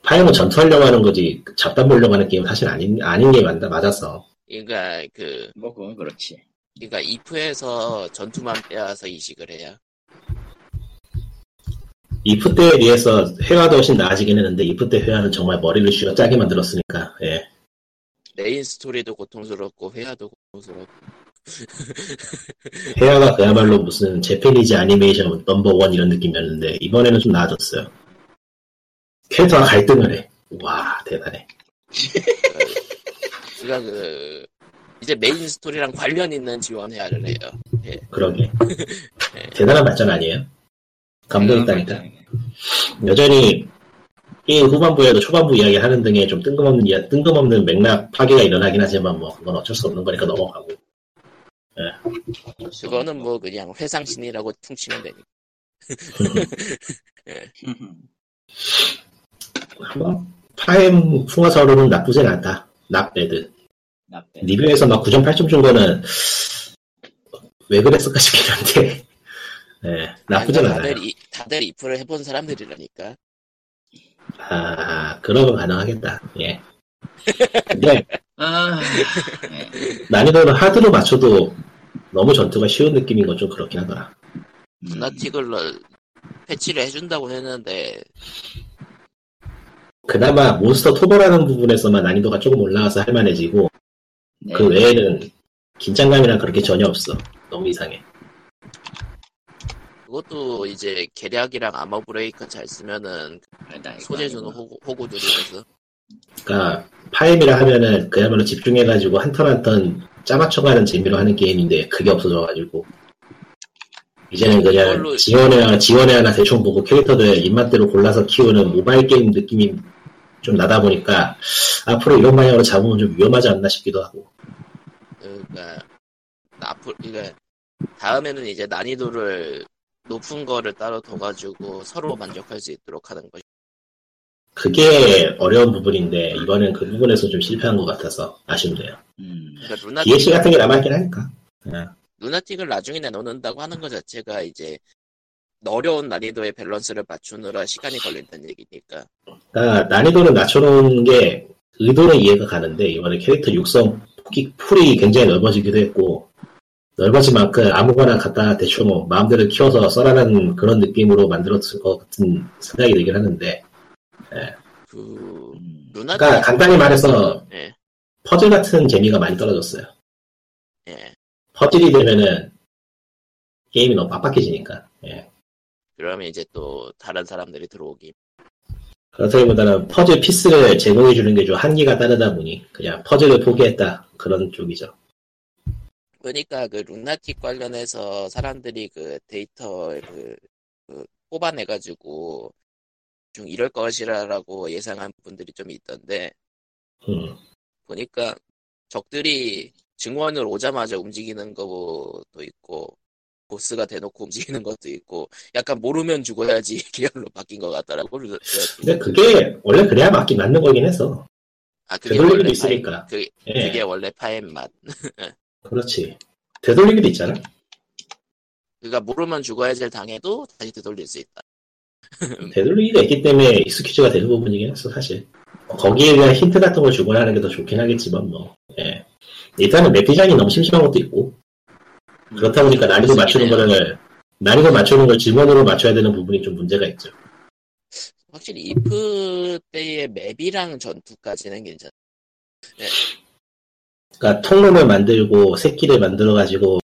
D: 파이어는 전투하려고 하는 거지 잡담 보려고 하는 게임 은 사실 아닌 아닌 게 맞다 맞아서
A: 그러니까 그
B: 뭐 그건 그렇지.
A: 그러니까 이프에서 전투만 빼앗아서 이식을 해야.
D: 이프 때에 비해서 회화도 훨씬 나아지긴 했는데 이프 때 회화는 정말 머리를 쥐어 짜게 만들었으니까 예.
A: 메인 스토리도 고통스럽고 회화도 고통스럽고
D: 헤어가 그야말로 무슨 재패니지 애니메이션 넘버원 이런 느낌이었는데 이번에는 좀 나아졌어요. 캐릭터와 갈등을 해. 와 대단해.
A: 그러니까 그 이제 메인 스토리랑 관련 있는 지원 회화를 해요.
D: 그러게. 네. 대단한 발전 아니에요? 감동 있다니까.
B: 음,
D: 여전히 게임 후반부에도 초반부 이야기 하는 등의 좀 뜬금없는 이야- 뜬금없는 맥락 파괴가 일어나긴 하지만 뭐 그건 어쩔 수 없는 거니까 넘어가고.
A: 그거는 뭐 그냥 회상신이라고 퉁치면 되니까.
D: 한번 파엠 풍화사로는 나쁘진 않다. 납배드.
B: (laughs) 나쁘네.
D: 리뷰에서 막 9.8점 준 거는 왜 그랬을까 싶긴 한데. 네, 나쁘진
A: 아니,
D: 않아요.
A: 다들 이, 다들 이프를 해본 사람들이라니까.
D: 아, 그러면 가능하겠다. 예. 근데
B: 아, 네.
D: 난이도는 하드로 맞춰도 너무 전투가 쉬운 느낌인 건 좀 그렇긴 하더라.
A: 루나틱을 패치를 해준다고 했는데
D: 그나마 몬스터 토벌하는 부분에서만 난이도가 조금 올라가서 할만해지고
B: 네.
D: 그 외에는 긴장감이랑 그렇게 전혀 없어. 너무 이상해.
A: 그것도 이제 계략이랑 아머 브레이크 잘 쓰면은
B: 아니다, 그러니까 이거
A: 소재 주는
B: 아니고.
A: 호구, 호구들이 그래서
D: 그러니까 파임이라 하면은 그야말로 집중해가지고 한 턴 한 턴 짜맞춰가는 재미로 하는 게임인데 그게 없어져가지고 이제는 그냥
A: 어, 이걸로-
D: 지원해 하나 지원해 하나 대충 보고 캐릭터들 입맛대로 골라서 키우는 모바일 게임 느낌이 좀 나다 보니까 앞으로 이런 방향으로 잡으면 좀 위험하지 않나 싶기도 하고
A: 그러니까 앞으로 그러니까 다음에는 이제 난이도를 높은 거를 따로 둬가지고 서로 만족할 수 있도록 하는 거죠.
D: 그게 어려운 부분인데 이번엔 그 부분에서 좀 실패한 것 같아서 아쉽네요.
B: 음,
A: 그러니까 루나틱
D: DLC 같은 게 남아있긴 하니까.
A: 루나틱을 나중에 내놓는다고 하는 것 자체가 이제 어려운 난이도의 밸런스를 맞추느라 시간이 걸린다는 얘기니까
D: 그러니까 난이도를 낮춰놓은 게 의도는 이해가 가는데 이번에 캐릭터 육성 폭이 풀이 굉장히 넓어지기도 했고 넓어진 만큼 아무거나 갖다 대충 뭐 마음대로 키워서 써라는 그런 느낌으로 만들었을 것 같은 생각이 들긴 하는데
A: 그
B: 음.
A: 루나틱
D: 그러니까 간단히 말해서
A: 예,
D: 퍼즐 같은 재미가 많이 떨어졌어요.
A: 예.
D: 퍼즐이 되면은 게임이 너무 빡빡해지니까 예.
A: 그러면 이제 또 다른 사람들이 들어오기
D: 그렇다기보다는 퍼즐 피스를 제공해 주는 게 좀 한계가 따르다 보니 그냥 퍼즐을 포기했다 그런 쪽이죠.
A: 그러니까 그 루나틱 관련해서 사람들이 그 데이터 그, 그 뽑아내가지고 중 이럴 것이라라고 예상한 분들이 좀 있던데
D: 음.
A: 보니까 적들이 증원을 오자마자 움직이는 것도 있고 보스가 대놓고 움직이는 것도 있고 약간 모르면 죽어야지 (laughs) 계열로 바뀐 것 같더라고 루- 루나틱.
D: 근데 그게 원래 그래야 맞긴 맞는 거긴 했어.
A: 아 그게
D: 되돌리기도
A: 원래 파인
D: 있으니까.
A: 그게,
D: 예,
A: 그게 원래 파인 맛
D: 그렇지. 되돌리기도 있잖아.
A: 그러니까 모르면 죽어야지를 당해도 다시 되돌릴 수 있다
D: 음. 되돌리기가 있기 때문에 익스큐즈가 되는 부분이긴 했어, 사실. 뭐, 거기에 대한 힌트 같은 걸 주고 하는 게 더 좋긴 하겠지만, 뭐. 예. 일단은 맵 디자인이 너무 심심한 것도 있고, 그렇다 보니까 난이도 맞추는 거를, 난이도 맞추는 걸 질문으로 맞춰야 되는 부분이 좀 문제가 있죠.
A: 확실히 이프 때의 맵이랑 전투까지는 괜찮아.
D: 그러니까 통로를 만들고, 새끼를 만들어가지고,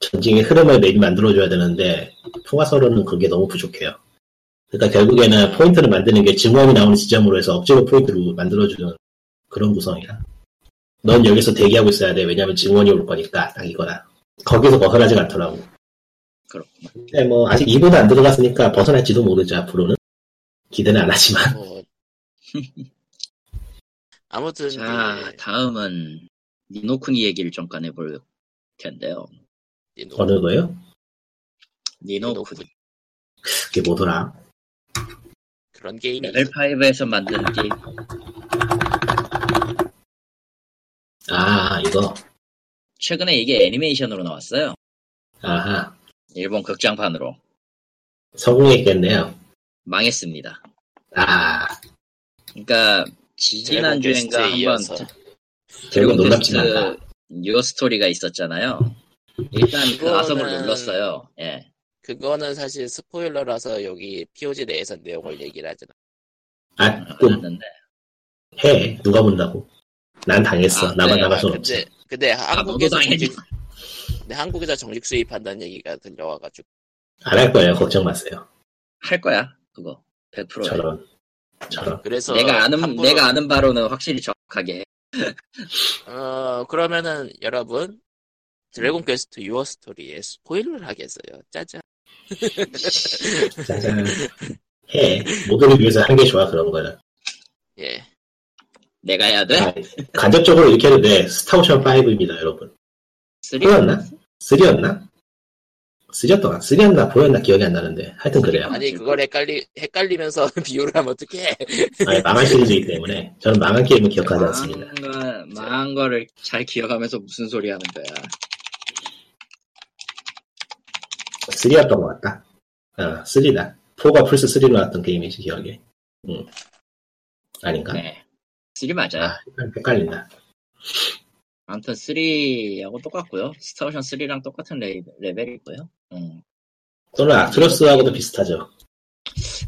D: 전쟁의 흐름을 맵이 만들어줘야 되는데, 통화서로는 그게 너무 부족해요. 그러니까 결국에는 포인트를 만드는 게 증원이 나오는 지점으로 해서 억지로 포인트를 만들어주는 그런 구성이야. 넌 여기서 대기하고 있어야 돼. 왜냐면 증원이 올 거니까, 딱 이거나. 거기서 벗어나지 않더라고.
B: 그렇구나.
D: 근데 뭐, 아직 2부도 안 들어갔으니까 벗어날지도 모르죠, 앞으로는. 기대는 안 하지만.
A: 뭐
B: (laughs)
A: 아무튼
B: 자,
A: 그
B: 다음은 니노쿠니 얘기를 잠깐 해볼 텐데요.
A: 니노-
D: 어느 거예요?
B: 니노쿠니.
D: 그게 뭐더라?
A: 그런 게임이
D: 네,
A: 있어.
B: 레벨5에서 만든 게임.
D: 아, 이거.
B: 최근에 이게 애니메이션으로 나왔어요.
D: 아하.
B: 일본 극장판으로.
D: 성공했겠네요.
B: 망했습니다.
D: 아,
B: 그러니까,
A: 드래곤
B: 지지난주인가
A: 퀘스트에
B: 한번
A: 이어서
B: 드래곤
D: 결국 놀랍진
B: 퀘스트
D: 않다.
B: 유어 스토리가 있었잖아요. 일단 그
A: 그거는-
B: 아섬을 눌렀어요. 예.
A: 그거는 사실 스포일러라서 여기 POG 내에서 내용을 얘기를 하잖아.
D: 아, 또
B: 그랬는데.
D: 해. 누가 본다고. 난 당했어.
B: 아,
D: 나만
B: 네.
D: 나갈 순 없어.
A: 근데 근데
B: 아,
A: 한국에서
B: 너도
A: 정직 근데 한국에서 정직 수입한다는 얘기가 들려와가지고
D: 안 할 거예요. 걱정 마세요.
B: 할 거야 그거 100%. 야.
D: 저런. 저런.
A: 그래서
B: 내가 아는
A: 함부로-
B: 내가 아는 바로는 확실히 정확하게 해.
A: 어 그러면은 여러분
B: 음.
A: 드래곤 퀘스트 유어 스토리에 스포일러를 하겠어요. 짜잔.
D: 짜잔. 해. 모두를 위해서 한 게 좋아, 그런 거는.
A: 예.
B: 내가 해야 돼.
D: 아, 간접적으로 이렇게 해도 돼. 스타오션 5입니다, 여러분.
B: 쓰리.
D: 4였나? 3였나? 3였던가? 3였나? 4였나? 기억이 안 나는데. 하여튼 그래요.
A: 아니
B: 지금.
A: 그걸 헷갈리 헷갈리면서 (laughs) 비유를 하면 어떡해.
D: 아니, 예, 망한 시리즈이기 때문에. 저는 망한 게임은 기억하지 않습니다.
B: 망한 거- 망한 거를 잘 기억하면서 무슨 소리 하는 거야.
D: 3였던 것 같다. 어, 3다. 4가 플스 3로 나왔던 게임이지, 기억에. 음. 아닌가?
B: 네. 3 맞아요.
D: 아, 헷갈린다.
B: 아무튼 3하고 똑같고요. 스타오션 3랑 똑같은 레, 레벨이고요. 음.
D: 또는 악트러스하고도 비슷하죠.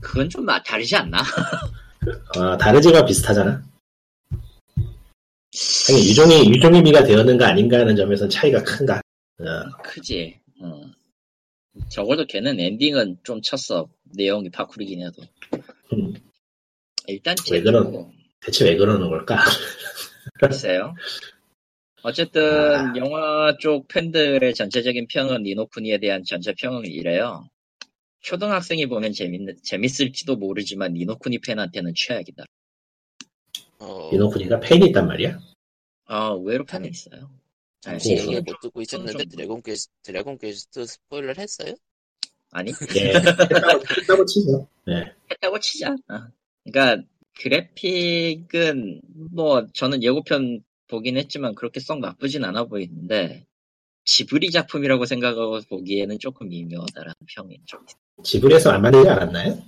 B: 그건 좀 마- 다르지 않나? (laughs)
D: 어, 다르지만 비슷하잖아. 아니, 유종의, 유종의 미가 되었는가 아닌가 하는 점에서는 차이가 큰가. 어,
B: 크지. 음. 적어도 걔는 엔딩은 좀 쳤어. 내용이 파쿠리긴 해도.
D: 음,
B: 일단
D: 왜 그런- 대체 왜 그러는 걸까?
B: 글쎄요. 어쨌든
D: 아.
B: 영화 쪽 팬들의 전체적인 평은 니노쿠니에 대한 전체 평은 이래요. 초등학생이 보면 재밌, 재밌을지도 모르지만 니노쿠니 팬한테는 최악이다.
A: 어,
D: 이노쿠니가 팬이 있단 말이야?
B: 아, 의외로 팬이 있어요.
A: 잠시
D: 예.
A: 얘기 못 듣고 있었는데
B: 좀-
A: 드래곤 퀘스트 드래곤 퀘스트 스포일러를 했어요?
B: 아니,
D: 예. 했다고, 했다고 치죠. 예.
B: 했다고 치자. 아. 그러니까 그래픽은 뭐 저는 예고편 보긴 했지만 그렇게 썩 나쁘진 않아 보이는데 지브리 작품이라고 생각하고 보기에는 조금 미묘하다라는 평이 좀 있어요.
D: 지브리에서 안 만들지 않았나요?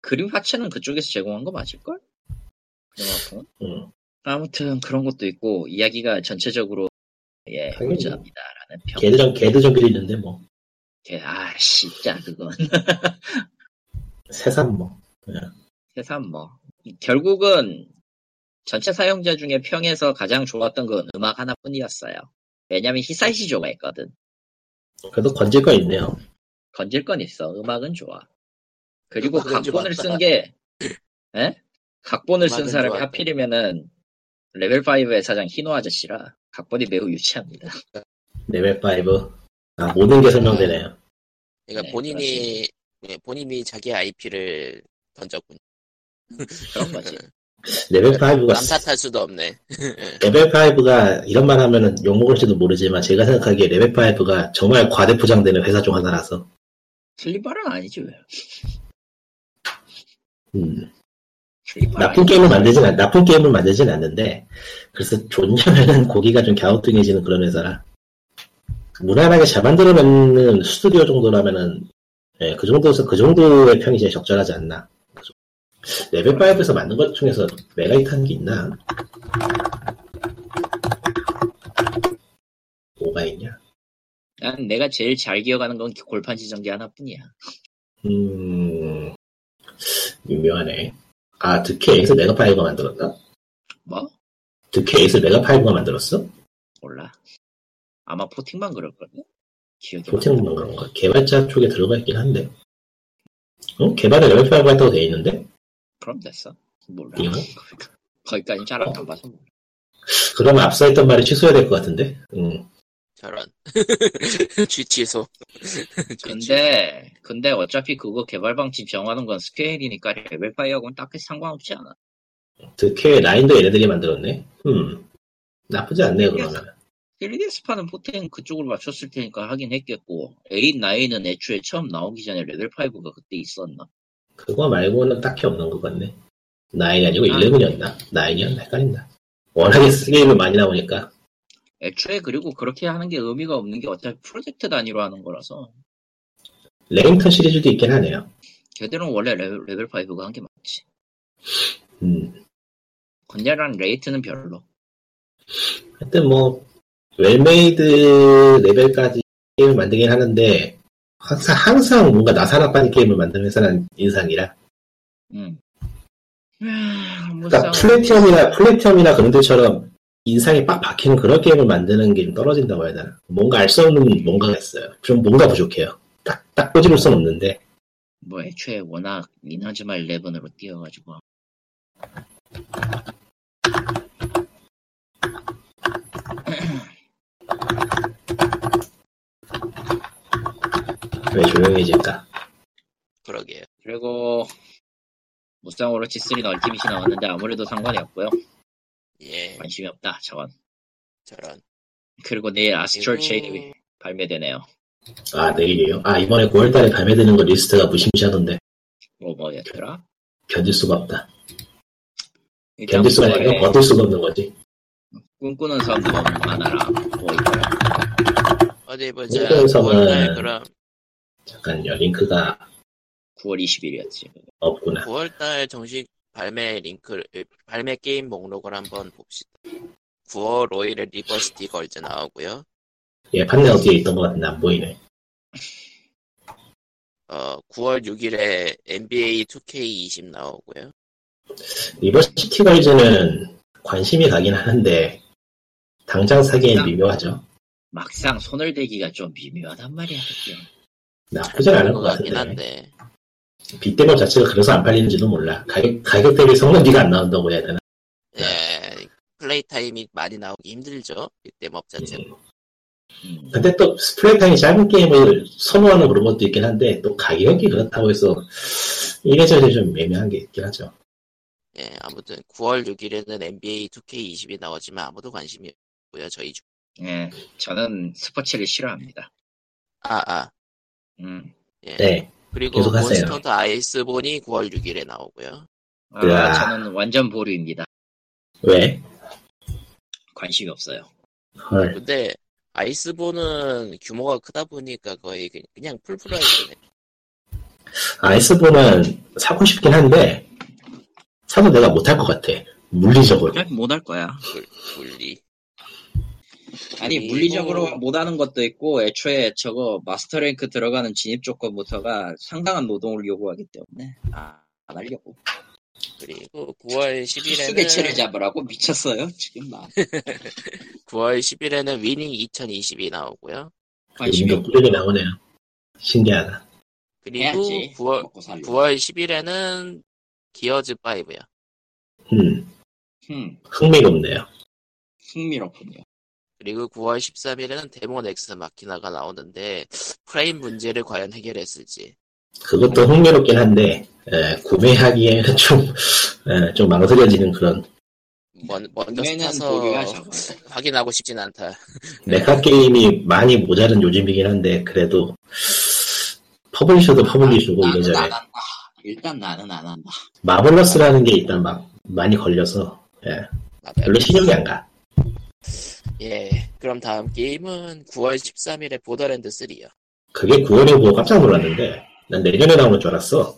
B: 그림 화체는 그쪽에서 제공한 거 맞을걸? 그만큼
D: 음.
B: 아무튼 그런 것도 있고 이야기가 전체적으로 예
D: 당연히.
B: 홀즈합니다라는 평.
D: 개드 좀, 개드 좀그리는데 뭐.
B: 개- 아 진짜 그건 (laughs)
D: 세상 뭐.
B: 세상 뭐 결국은 전체 사용자 중에 평에서 가장 좋았던 건 음악 하나뿐이었어요. 왜냐면 히사이시조가 있거든.
D: 그래도 건질 거 있네요.
B: 건질 건 있어. 음악은 좋아. 그리고
A: 음악은
B: 각본을
A: 좋았다. (laughs)
B: 쓴 게, 에? 각본을 쓴
A: 음악은
B: 사람이
A: 좋았다.
B: 하필이면은 레벨5의 사장 히노 아저씨라 각본이
A: (laughs)
B: 매우 유치합니다.
D: 레벨5. 아, 모든 게 설명되네요.
A: 그러니까
B: 네,
A: 본인이 예, 본인이 자기 IP를 던졌군요.
B: 그런 거지.
D: 레벨5가,
A: 남탓할 수도 없네.
D: 레벨5가 이런 말 하면은 욕먹을지도 모르지만 제가 생각하기에 레벨5가 정말 과대포장되는 회사 중 하나라서.
B: 슬리버는 아니지 왜?
D: 음.
B: 슬리버
D: 나쁜 게임을 만들진 않, 나쁜 게임을 만들진 않는데, 그래서 좋냐면은 (laughs) 고기가 좀 갸우뚱해지는 그런 회사라. 무난하게 잘 만들어내는 스튜디오 정도라면은, 예, 그 정도에서, 그 정도의 평이 제일 적절하지 않나. 그래서 레벨5에서 만든 것 중에서 메가 히트한 게 있나? 뭐가 있냐?
B: 난 내가 제일 잘 기억하는 건 골판 지정기 하나뿐이야.
D: 음, 유명하네. 아, 득해 에이스 메가파이브가 만들었나?
B: 뭐?
D: 득해 에이스 메가파이브가 만들었어?
B: 몰라. 아마 포팅만 그럴걸요? 기억이 안 나.
D: 포팅만 그런가? 개발자 쪽에 들어가 있긴 한데. 어? 개발에 레벨 5가 있다고 돼 있는데?
B: 그럼 됐어. 몰라.
D: 이거?
B: 거기까지 잘
D: 어.
B: 안 봐서 뭐.
A: (laughs)
B: 몰라.
D: 그러면 앞서 했던 말이 취소해야 될 것 같은데? 음.
A: 저런. (laughs) 쥐 취소.
B: 근데 근데 어차피 그거 개발 방침 정하는 건 스케일이니까 레벨 5하고는 딱히 상관없지 않아.
D: 득해 라인도 얘네들이 만들었네? 음. 나쁘지 않네요, 그러면.
B: 3DS판은 포텐 그쪽으로 맞췄을 테니까 하긴 했겠고 8, 9은 애초에 처음 나오기 전에 레벨 5가 그때 있었나?
D: 그거 말고는 딱히 없는 것 같네. 9이 아니고 11이었나? 9이었나? 헷갈린다. 워낙에 스게임을 많이 나오니까.
B: 애초에 그리고 그렇게 하는 게 의미가 없는 게 어차피 프로젝트 단위로 하는 거라서
D: 레인턴 시리즈도 있긴 하네요.
B: 걔들은 원래 레벨, 레벨 5가 한 게 맞지.
D: 음.
B: 건야랑 레이트는 별로.
D: 하여튼 뭐, 웰메이드 레벨까지 게임을 만들긴 하는데, 항상, 항상 뭔가 나사나 빠진 게임을 만드는 회사는 인상이라.
B: 음. 음, 못
D: 그러니까
B: 싸워.
D: 플래티엄이나 플래티엄이나 그런들처럼 인상이 빡 박히는 그런 게임을 만드는 게 좀 떨어진다고 해야 되나? 뭔가 알 수 없는 뭔가가 있어요. 좀 뭔가 부족해요. 딱 딱 꼬집을 순 없는데
B: 뭐 애초에 워낙 미나즈마 11으로 뛰어가지고
D: 왜 조용해질까?
A: 그러게요.
B: 그리고 무쌍 오로치 3는 얼티밋이 나왔는데 아무래도 상관이 없고요
A: 예,
B: 관심이 없다 저건
A: 저런.
B: 그리고 내일 아스트럴
A: 그리고
B: 체인이 발매되네요
D: 아 내일이에요? 아 이번에 9월달에 발매되는 거 리스트가 무심시하던데
B: 뭐 뭐였더라?
D: 견딜 수가 없다.
B: 일단
D: 견딜 수가 뭐? 아니라
B: 그거에
D: 버틸 수가 없는 거지.
B: 꿈꾸는 섬 너무 많아라 뭐 있더라
A: 어디 보자.
D: 일본에서는- 네.
A: 월달 그럼
D: 잠깐요 링크가
B: 9월 20일이었지
D: 없구나.
A: 9월달 정식 발매 링크 발매 게임 목록을 한번 봅시다. 9월 5일에 리버스티 걸즈 나오고요.
D: 예 판넬 어디에 있던 것 같은데 안 보이네.
A: 어, 9월 6일에 NBA 2K20 나오고요.
D: 리버시티 걸즈는 관심이 가긴 하는데 당장 사기엔 미묘하죠.
B: 막상 손을 대기가 좀 미묘하단 말이야 그게.
D: 나쁘진 않을 것
A: 같긴
D: 같은데.
A: 한데.
D: 빗대법 자체가 그래서 안 팔리는지도 몰라. 가격, 가격 대비 성능비가 안 나온다고 해야 되나?
A: 예, 플레이 타임이 많이 나오기 힘들죠. 이때업 자체.
D: 음.
B: 음,
D: 근데 또 스프레이타임이 짧은 게임을 선호하는 그런 것도 있긴 한데, 또 가격이 그렇다고 해서 이래저래 좀 애매한 게 있긴 하죠. 네.
A: 예, 아무튼 9월 6일에는 NBA 2K20이 나오지만 아무도 관심이 없고요. 저희 중.
B: 예, 저는 스포츠를 싫어합니다
A: 아, 아.
B: 음.
A: 예.
D: 네.
A: 그리고
D: 계속하세요.
A: 몬스터드 아이스본이 9월 6일에 나오고요.
B: 아,
D: 으아.
B: 저는 완전 보류입니다
D: 왜?
B: 관심이 없어요
D: 헐.
A: 근데 아이스본은 규모가 크다 보니까 거의 그- 그냥 풀프라이즈네.
D: 아이스본은 사고 싶긴 한데, 사도 내가 못할 것 같아. 물리적으로.
B: 그냥 못할 거야
A: 분리.
B: 아니
A: 그리고-
B: 물리적으로 못하는 것도 있고 애초에 저거 마스터 랭크 들어가는 진입 조건부터가 상당한 노동을 요구하기 때문에 아, 안 하려고
A: 그리고 9월
B: 수개체를
A: 10일에는
B: 잡으라고 미쳤어요 지금 막
A: 9월 10일에는 위닝 2020이 나오고요.
B: 아, 관심이
D: 요즘도
B: 없고
D: 꾸준히 나오네요. 신기하다.
A: 그리고
B: 해야지
A: 9월
B: 먹고 살려
A: 9월 10일에는 기어즈 5요.
D: 음,
B: 음,
D: 흥미롭네요.
B: 흥미롭군요
A: 그리고 9월 13일에는 데몬 엑스 마키나가 나오는데 프레임 문제를 과연 해결했을지.
D: 그것도 흥미롭긴 한데, 에, 구매하기에는 (laughs) 좀, 에, 좀 망설여지는 그런
A: 먼, 먼저
B: 구매는
A: 사서
B: 보류야 저거
A: 확인하고 싶진 않다.
D: 메카 게임이 많이 모자른 요즘이긴 한데 그래도 퍼블리셔도 퍼블리셔고
B: 나는
D: 뭐 이래저래
B: 안 한다 일단 나는 안 한다
D: 마블러스라는 게 일단 막 많이 걸려서 예, 별로 신경이 안 가.
A: 예. 그럼 다음 게임은 9월 13일에 보더랜드 3요.
D: 그게 9월에 보고 깜짝 놀랐는데 난 내년에 나오는 줄 알았어.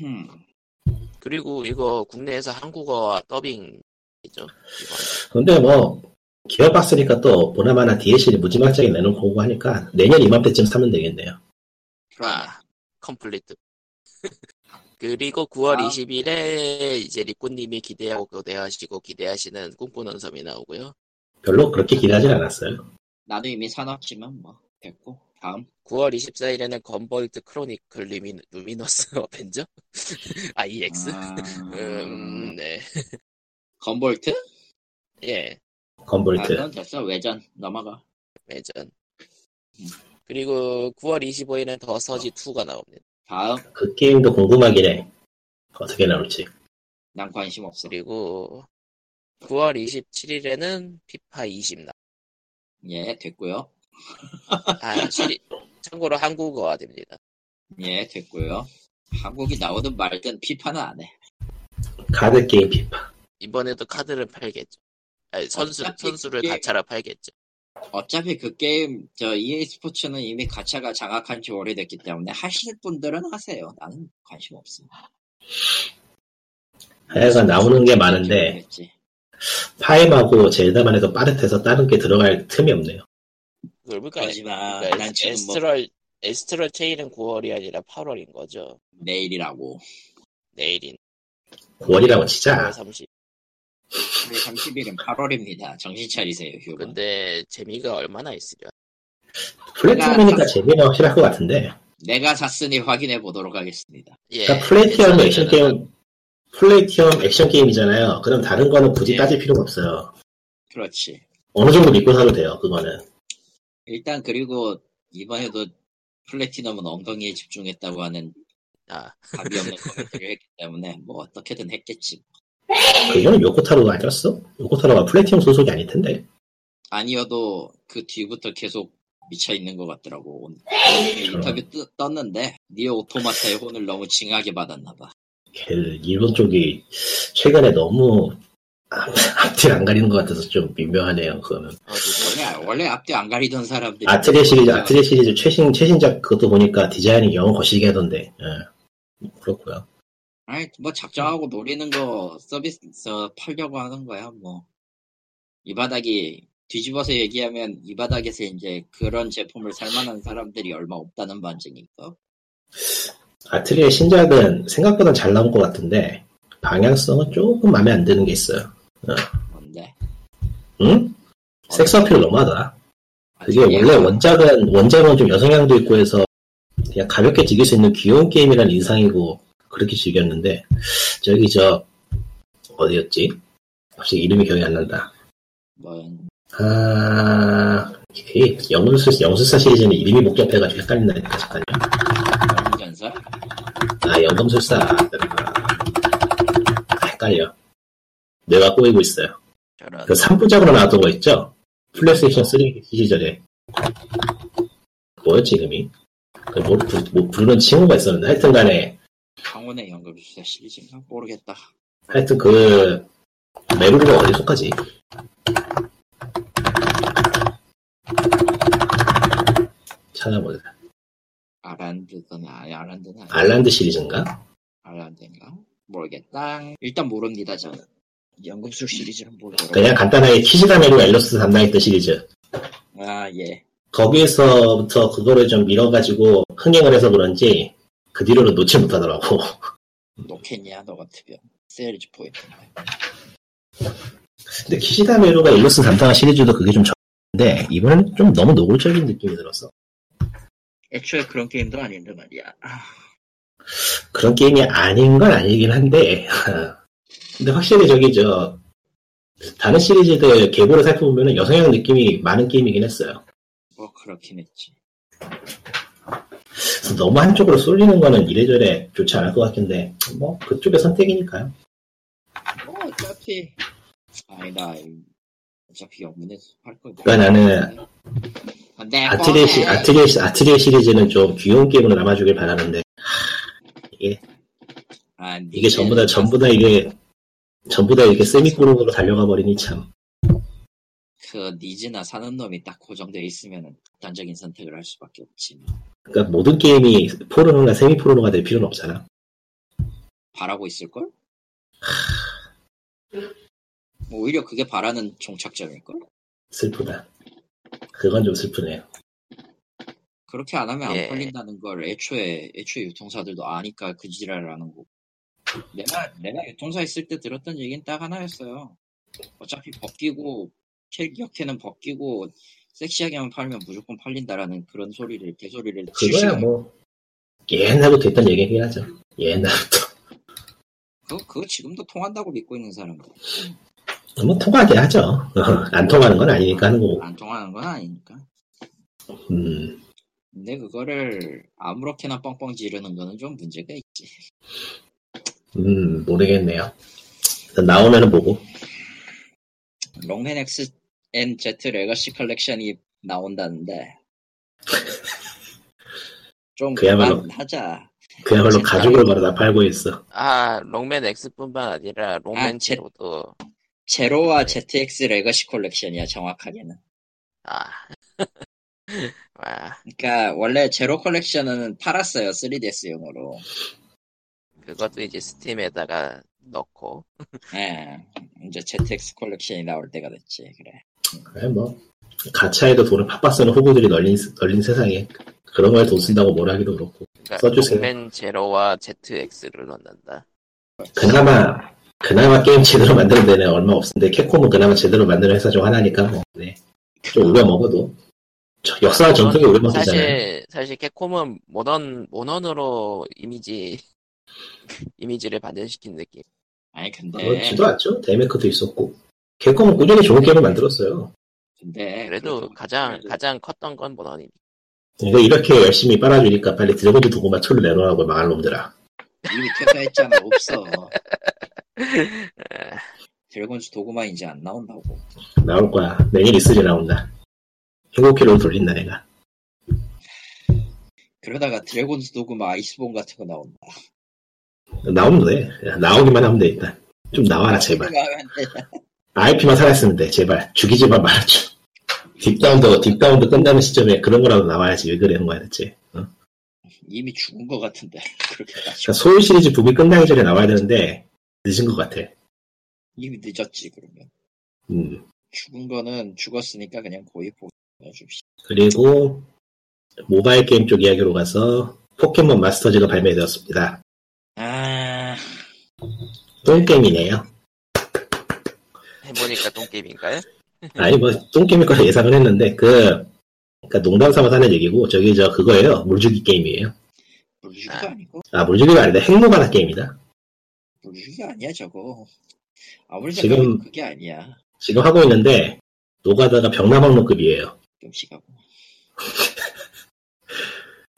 B: 음,
A: 그리고 이거 국내에서 한국어와 더빙이죠. 이번.
D: 근데 뭐 기어박스니까 또 보나마나 DLC를 무지막지하게 내놓고 오고 하니까 내년 이맘때쯤 사면 되겠네요.
B: 그러나
A: 아, 컴플리트. (laughs) 그리고 9월
B: 아.
A: 20일에 이제 리코님이 기대하고 기대하시고 기대하시는 꿈꾸는 섬이 나오고요.
D: 별로 그렇게 기대하진 않았어요.
B: 나도 이미 사놨지만 뭐 됐고 다음
A: 9월 24일에는 건볼트 크로니클 루미, 루미너스 (laughs) 어벤져? IX?
B: 아,
A: 음, 네.
B: 건볼트?
A: 예,
B: 아,
D: 건볼트
B: 그건 됐어 외전 넘어가
A: 매전.
B: 음.
A: 그리고 9월 25일은 더 서지 2가 나옵니다.
B: 다음
D: 그 게임도 궁금하긴 해. 어떻게 나올지.
B: 난 관심 없어
A: 그리고 9월 27일에는 피파 20 나.
B: 예 됐고요
A: 아, 시리- 참고로 한국어가 됩니다.
B: 예 됐고요 한국이 나오든 말든 피파는 안해
D: 카드 게임 피파.
A: 이번에도 카드를 팔겠죠. 아니, 선수
B: 어차피
A: 선수를
B: 그게-
A: 가차라 팔겠죠.
B: 어차피 그 게임 저 EA 스포츠는 이미 가차가 장악한 지 오래됐기 때문에 하실 분들은 하세요 나는 관심 없어
D: 하여간 나오는 게 많은데
B: 그랬지.
D: 파임하고 젤다만 해도 빠듯해서 다른 게 들어갈 틈이 없네요.
A: 그걸 볼까?
B: 그러지만
A: 그러니까
B: 난
A: 에스-
B: 지금 뭐
A: 에스트럴 에스트럴 체인은 9월이 아니라 8월인 거죠.
B: 내일이라고
A: 내일인.
D: 원이라고 치자.
A: 30.
B: 30일은 8월입니다. 정신 차리세요, 휴.
A: 근데 재미가 얼마나 있으려.
B: 아, 그렇죠.
D: 플래티엄이니까 재미는 확실할 것 같은데.
B: 예, 내가 샀으니 확인해 보도록 하겠습니다.
A: 예.
D: 그러니까 플래티엄 액션
A: 저는-
D: 게임, 플래티엄 액션 게임이잖아요. 그럼 다른 거는 굳이
B: 예.
D: 따질 필요가 없어요.
B: 그렇지.
D: 어느 정도 믿고 사도 돼요, 그거는.
B: 일단 그리고 이번에도 플래티넘은 엉덩이에 집중했다고 하는
A: 아,
B: 답이
A: (laughs)
B: 없는 코멘트를 했기 때문에 뭐 어떻게든 했겠지.
D: 그거는 요코타로가 아니었어? 요코타로가 플래티엄 소속이 아닐 텐데.
B: 아니어도 그 뒤부터 계속 미쳐 있는 것 같더라고. 오늘 인터뷰 뜨- 떴는데 니오 오토마타의 혼을 너무 징하게 받았나 봐.
D: 걔들 일본 쪽이 최근에 너무 앞- 앞뒤 안 가리는 것 같아서 좀 미묘하네요, 그거는.
A: 어디 뭐
B: 원래 원래 앞뒤 안 가리던 사람들이
D: 아트리에 시리즈, 아트리에 시리즈 최신, 최신작 그것도 보니까 디자인이 영 거시기 하던데. 예. 그렇고요
B: 아니 뭐 작정하고 노리는 거 서비스 팔려고 하는 거야 뭐. 이 바닥이 뒤집어서 얘기하면 이 바닥에서 이제 그런 제품을 살만한 사람들이 얼마 없다는 반증이니까.
D: 아트리의 신작은 생각보다 잘 나온 것 같은데, 방향성은 조금 마음에 안 드는 게 있어요.
B: 뭔데?
D: 응? 섹스 어필 너무하다. 그게 원래 원작은, 원작은 좀 여성향도 있고 해서, 그냥 가볍게 즐길 수 있는 귀여운 게임이라는 인상이고, 그렇게 즐겼는데, 저기 저, 어디였지? 갑자기 이름이 기억이 안 난다.
B: 뭐
D: 아, 이 영수사, 영수사 시리즈는 이름이 복잡해가지고 헷갈린다니까, 잠깐요.
B: 전설?
D: 아, 영검술사. 아, 헷갈려. 뇌가 꼬이고 있어요.
A: 저런.
D: 그 3부작으로 나왔던 거 있죠? 플레이스테이션 3 시절에. 뭐였지, 이름이? 그 뭐, 부, 뭐 부르는 친구가 있었는데, 하여튼 간에,
B: 강원의 연금술사 시리즈인가? 모르겠다.
D: 하여튼 그, 메루르가 어디 속하지? 찾아보자.
B: 아란드든 아니 아란드는 아니
D: 알란드 시리즈인가?
B: 아란드인가? 모르겠다. 일단 모릅니다 저는. 연금술 시리즈는 모르고.
D: 그냥 간단하게 키시다 메루 엘로스 담당했던 시리즈.
B: 아 예.
D: 거기에서부터 그거를 좀 밀어가지고 흥행을 해서 그런지 그 뒤로는 놓지 못하더라고.
B: 노캔이야 너 같으면. 세일즈 포인트.
D: 근데 키시다 메루가 일러스트 담당한 시리즈도 그게 좀 적은데 이번엔 좀 너무 노골적인 느낌이 들었어.
B: 애초에 그런 게임도 아닌데 말이야.
D: 그런 게임이 아닌 건 아니긴 한데 (laughs) 근데 확실히 저기 저 다른 시리즈들 계보를 살펴보면 여성향 느낌이 많은 게임이긴 했어요.
B: 뭐 그렇긴 했지.
D: 그래서 너무 한쪽으로 쏠리는 거는 이래저래 좋지 않을 것 같긴데 뭐 그쪽의 선택이니까요.
B: 뭐 어차피 아니 나 어차피 영문에서 할 거고.
D: 그러니까 나는
B: 근데
D: 아트리에, 시, 아트리에, 시- 아트리에 시리즈는 좀 귀여운 게임으로 남아주길 바라는데
B: 아,
D: 이게 전부 다 전부 다 이게 전부 다 이렇게 세미꼬르으로 달려가 버리니 참
B: 그 니즈나 사는 놈이 딱 고정돼 있으면 극단적인 선택을 할 수밖에 없지.
D: 그러니까 모든 게임이 포르노나 세미포르노가 될 필요는 없잖아
B: 바라고 있을걸? 뭐 오히려 그게 바라는 종착점일걸?
D: 슬프다 그건 좀 슬프네요
B: 그렇게 안 하면 안
A: 예.
B: 팔린다는 걸 애초에 애초에 유통사들도 아니까 그 지랄하는 거고. 내가 내가 유통사 있을 때 들었던 얘기는 딱 하나였어요. 어차피 벗기고 캐릭터는 벗기고 섹시하게만 팔면 무조건 팔린다라는 그런 소리를 개소리를
D: 그거야 뭐 옛날부터 했던 얘기긴 하죠 옛날부터 (laughs)
B: 그거, 그거 지금도 통한다고 믿고 있는 사람들
D: 뭐 통하게 하죠 안 통하는 건 아니니까 하는 거고
B: 안 통하는 건 아니니까.
D: 음
B: 근데 그거를 아무렇게나 뻥뻥 지르는 거는 좀 문제가 있지.
D: 음, 모르겠네요 일단 나오면은 보고
B: 롱맨 X N Z 레거시 컬렉션이 나온다는데 좀
D: 그야말로.
B: 그만하자.
D: 그야말로 가죽을 바로 다 팔고 있어
A: 아, 롱맨 X뿐만 아니라 롱맨
B: 아, 제-
A: 제로도
B: 제로와 ZX 레거시 컬렉션이야 정확하게는.
A: 아. (laughs) 와,
B: 그러니까 원래 제로 컬렉션은 팔았어요 3DS용으로.
A: 그것도 이제 스팀에다가 넣고
B: 예. 이제 ZX 컬렉션이 나올 때가 됐지. 그래.
D: 그래 뭐 가차에도 돈을 팍팍 쓰는 후보들이 널린, 널린 세상에 그런 거에 돈 쓴다고 뭐라 하기도 그렇고
A: 그러니까
D: 써주세요.
A: 롱맨 제로와 ZX를 넣는다.
D: 그나마 그나마 게임 제대로 만드는 데는 얼마 없는데 캡콤은 그나마 제대로 만드는 회사 중 하나니까 뭐 네. 좀 우려 먹어도 저 역사 전통이 우려 먹잖아요.
A: 사실 사실 캡콤은 모던 모던으로 이미지 (laughs) 이미지를 반전시킨 느낌.
B: 아니
A: 네.
B: 근데
D: 어, 그렇지도 않죠. 데메크도 있었고 캡콤은 꾸준히 좋은 게임을 만들었어요.
B: 근데
A: 그래도
B: 그렇죠. 그래도
A: 가장
B: 그래도-
A: 가장 컸던 건 모던이.
D: 그러니까 이거 이렇게 열심히 빨아주니까 빨리 드래곤즈 도구마 초를 내놓으라고 망할 놈들아.
B: 이미 퇴사했잖아 없어 드래곤즈 도구마 이제 안 나온다고
D: 나올 거야. 내일 이슬이 나온다. 행복회로 돌린다 내가.
B: 그러다가 드래곤즈 도구마 아이스본 같은 거 나온다
D: 나오면 돼. 야, 나오기만 하면 돼 일단. 좀 나와라 제발. IP만 살았으면 돼 제발. 죽이지만 말아줘. 딥다운도 딥다운도 끝나는 시점에 그런 거라도 나와야지 왜 그러는 거야 대체. 어?
B: 이미 죽은 것 같은데 (laughs) 그렇게
D: 그러니까
B: 따지고
D: 소울 시리즈 붐이 끝나기 전에 나와야 되는데 늦은 것 같아.
B: 이미 늦었지 그러면
D: 음.
B: 죽은 거는 죽었으니까 그냥 고의 보내줍시다
D: 그리고 모바일 게임 쪽 이야기로 가서 포켓몬 마스터즈가 발매되었습니다.
B: 아
D: 똥 게임이네요.
A: 해보니까 똥게임인가요?
D: 아니 뭐똥 게임일 거라 예상을 했는데 그 그러니까 농담 삼아서 하는 얘기고 저기 저 그거예요 물주기 게임이에요.
B: 물주기가 아니고
D: 아 물주기가 아니라 행로가다 게임이다.
B: 물주기가 아니야 저거 아무리
D: 지금-
B: 생각해도 그게 아니야
D: 지금 하고 있는데 노가다가 병나방로급이에요.
B: 좀씩하고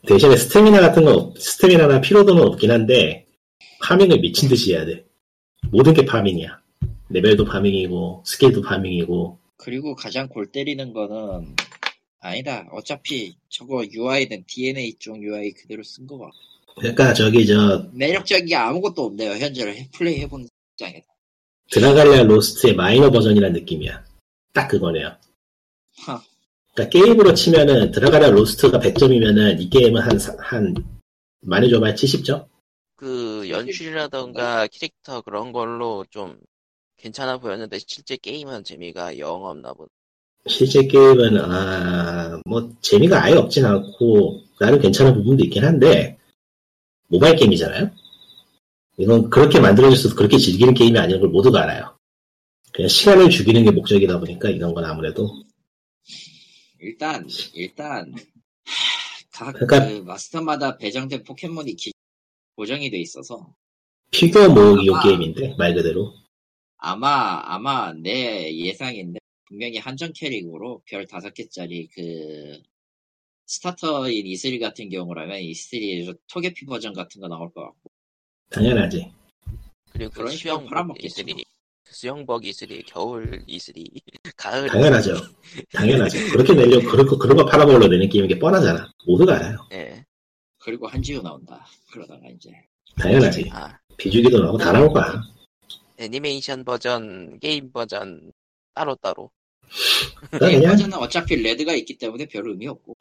D: 대신에 스태미나 같은 거 없- 스태미나나 피로도는 없긴 한데 파밍을 미친 듯이 해야 돼. 모든 게 파밍이야. 레벨도 파밍이고 스킬도 파밍이고
B: 그리고 가장 골 때리는 거는 아니다. 어차피 저거 UI는 DNA 쪽 UI 그대로 쓴 거고
D: 그러니까 저기 저
B: 매력적인 게 아무것도 없네요. 현재를 해- 플레이 해본 입장에
D: 드라갈레아 로스트의 마이너 버전이란 느낌이야. 딱 그거네요.
B: 하.
D: 그러니까 게임으로 치면은 드라가라 로스트가 100점이면은 이 게임은 한한 많이 줘봐야 70점?
A: 그 연출이라던가 캐릭터 그런 걸로 좀 괜찮아 보였는데 실제 게임은 재미가 영 없나 보다.
D: 실제 게임은 아뭐 재미가 아예 없진 않고 나름 괜찮은 부분도 있긴 한데 모바일 게임이잖아요. 이건 그렇게 만들어져서 그렇게 즐기는 게임이 아닌 걸 모두가 알아요. 그냥 시간을 죽이는 게 목적이다 보니까 이런 건 아무래도
B: 일단 일단 각 그
D: 그러니까-
B: 마스터마다 배정된 포켓몬이 기- 고정이 돼 있어서
D: 피규어 모으기용
B: 아마-
D: 게임인데 말 그대로
B: 아마 아마 내 예상인데 분명히 한정 캐릭으로 별 다섯 개짜리 그 스타터인 이슬 같은 경우라면 이슬이 토개피 버전 같은 거 나올 것 같고.
D: 당연하지.
A: 그리고 그
B: 그런 식으로
A: 수영복
B: 팔아먹겠지, 뭐.
A: 이슬이 수영복 이슬이 겨울 이슬이 (laughs) 가을
D: 당연하죠. 당연하죠. 그렇게 내려고, 그렇게, 그런 거 팔아먹으려고 내는 게임인 게 뻔하잖아. 모두가 알아요.
A: 예.
B: 그리고 한지우 나온다. 그러다가 이제
D: 당연하지.
A: 아,
D: 비주기도 나오고 다 나올 거야.
A: 애니메이션 버전, 게임 버전 따로따로.
D: 그러니까
B: 이
D: 그냥,
B: 버전은 어차피 레드가 있기 때문에 별 의미 없고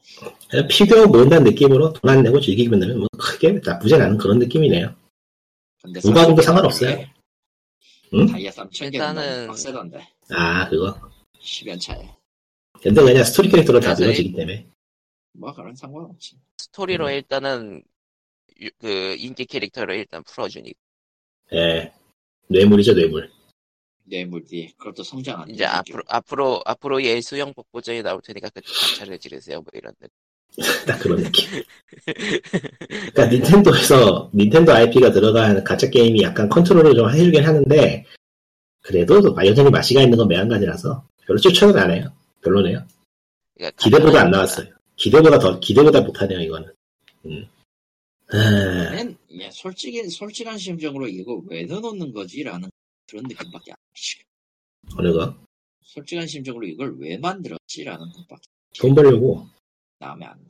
D: 그냥 피규어 모은다는 느낌으로 돈 안 내고 즐기기만 되면 뭐 크게 나쁘진 않은 그런 느낌이네요.
B: 근데
D: 누가
B: 삼천
D: 봐도
B: 개
D: 상관없어요.
B: 넘는 게
D: 응?
B: 다이아 3천 개
A: 일단은-
B: 넘는 빡세던데
D: 아, 그거.
B: 10연 차에
D: 근데 그냥 스토리 캐릭터로 다
A: 그래서
D: 늘어지기 때문에.
B: 뭐 그런 상관없지
A: 스토리로
D: 음.
A: 일단은 유- 그 인기 캐릭터를 일단 풀어주니까
D: 예. 뇌물이죠, 뇌물. (laughs)
B: 뇌물 뒤 그것도 성장 안 돼.
A: 이제 앞으로 앞으로 앞으로 예 수영복 버전이 나올 테니까 그때 관찰을 지르세요 뭐 이런 느낌.
D: 딱 그런 느낌. 그러니까 닌텐도에서, 닌텐도 IP가 들어간 가짜 게임이 약간 컨트롤을 좀 해주긴 하는데, 그래도 여전히 맛이가 있는 건 매한가지라서 별로 추천은 안 해요. 별로네요.
A: 그러니까
D: 기대보다 안
A: 간단하니까.
D: 나왔어요. 기대보다 더 기대보다 못하네요 이거는. 음. 아,
B: 맨, 야, 솔직히 솔직한 심정으로 이거 왜 넣어놓는 거지라는 그런 느낌밖에 안 들지
D: 어느 거?
B: 솔직한 심정으로 이걸 왜 만들었지라는 것밖에
D: 돈 벌려고.
B: 마음에 안 나.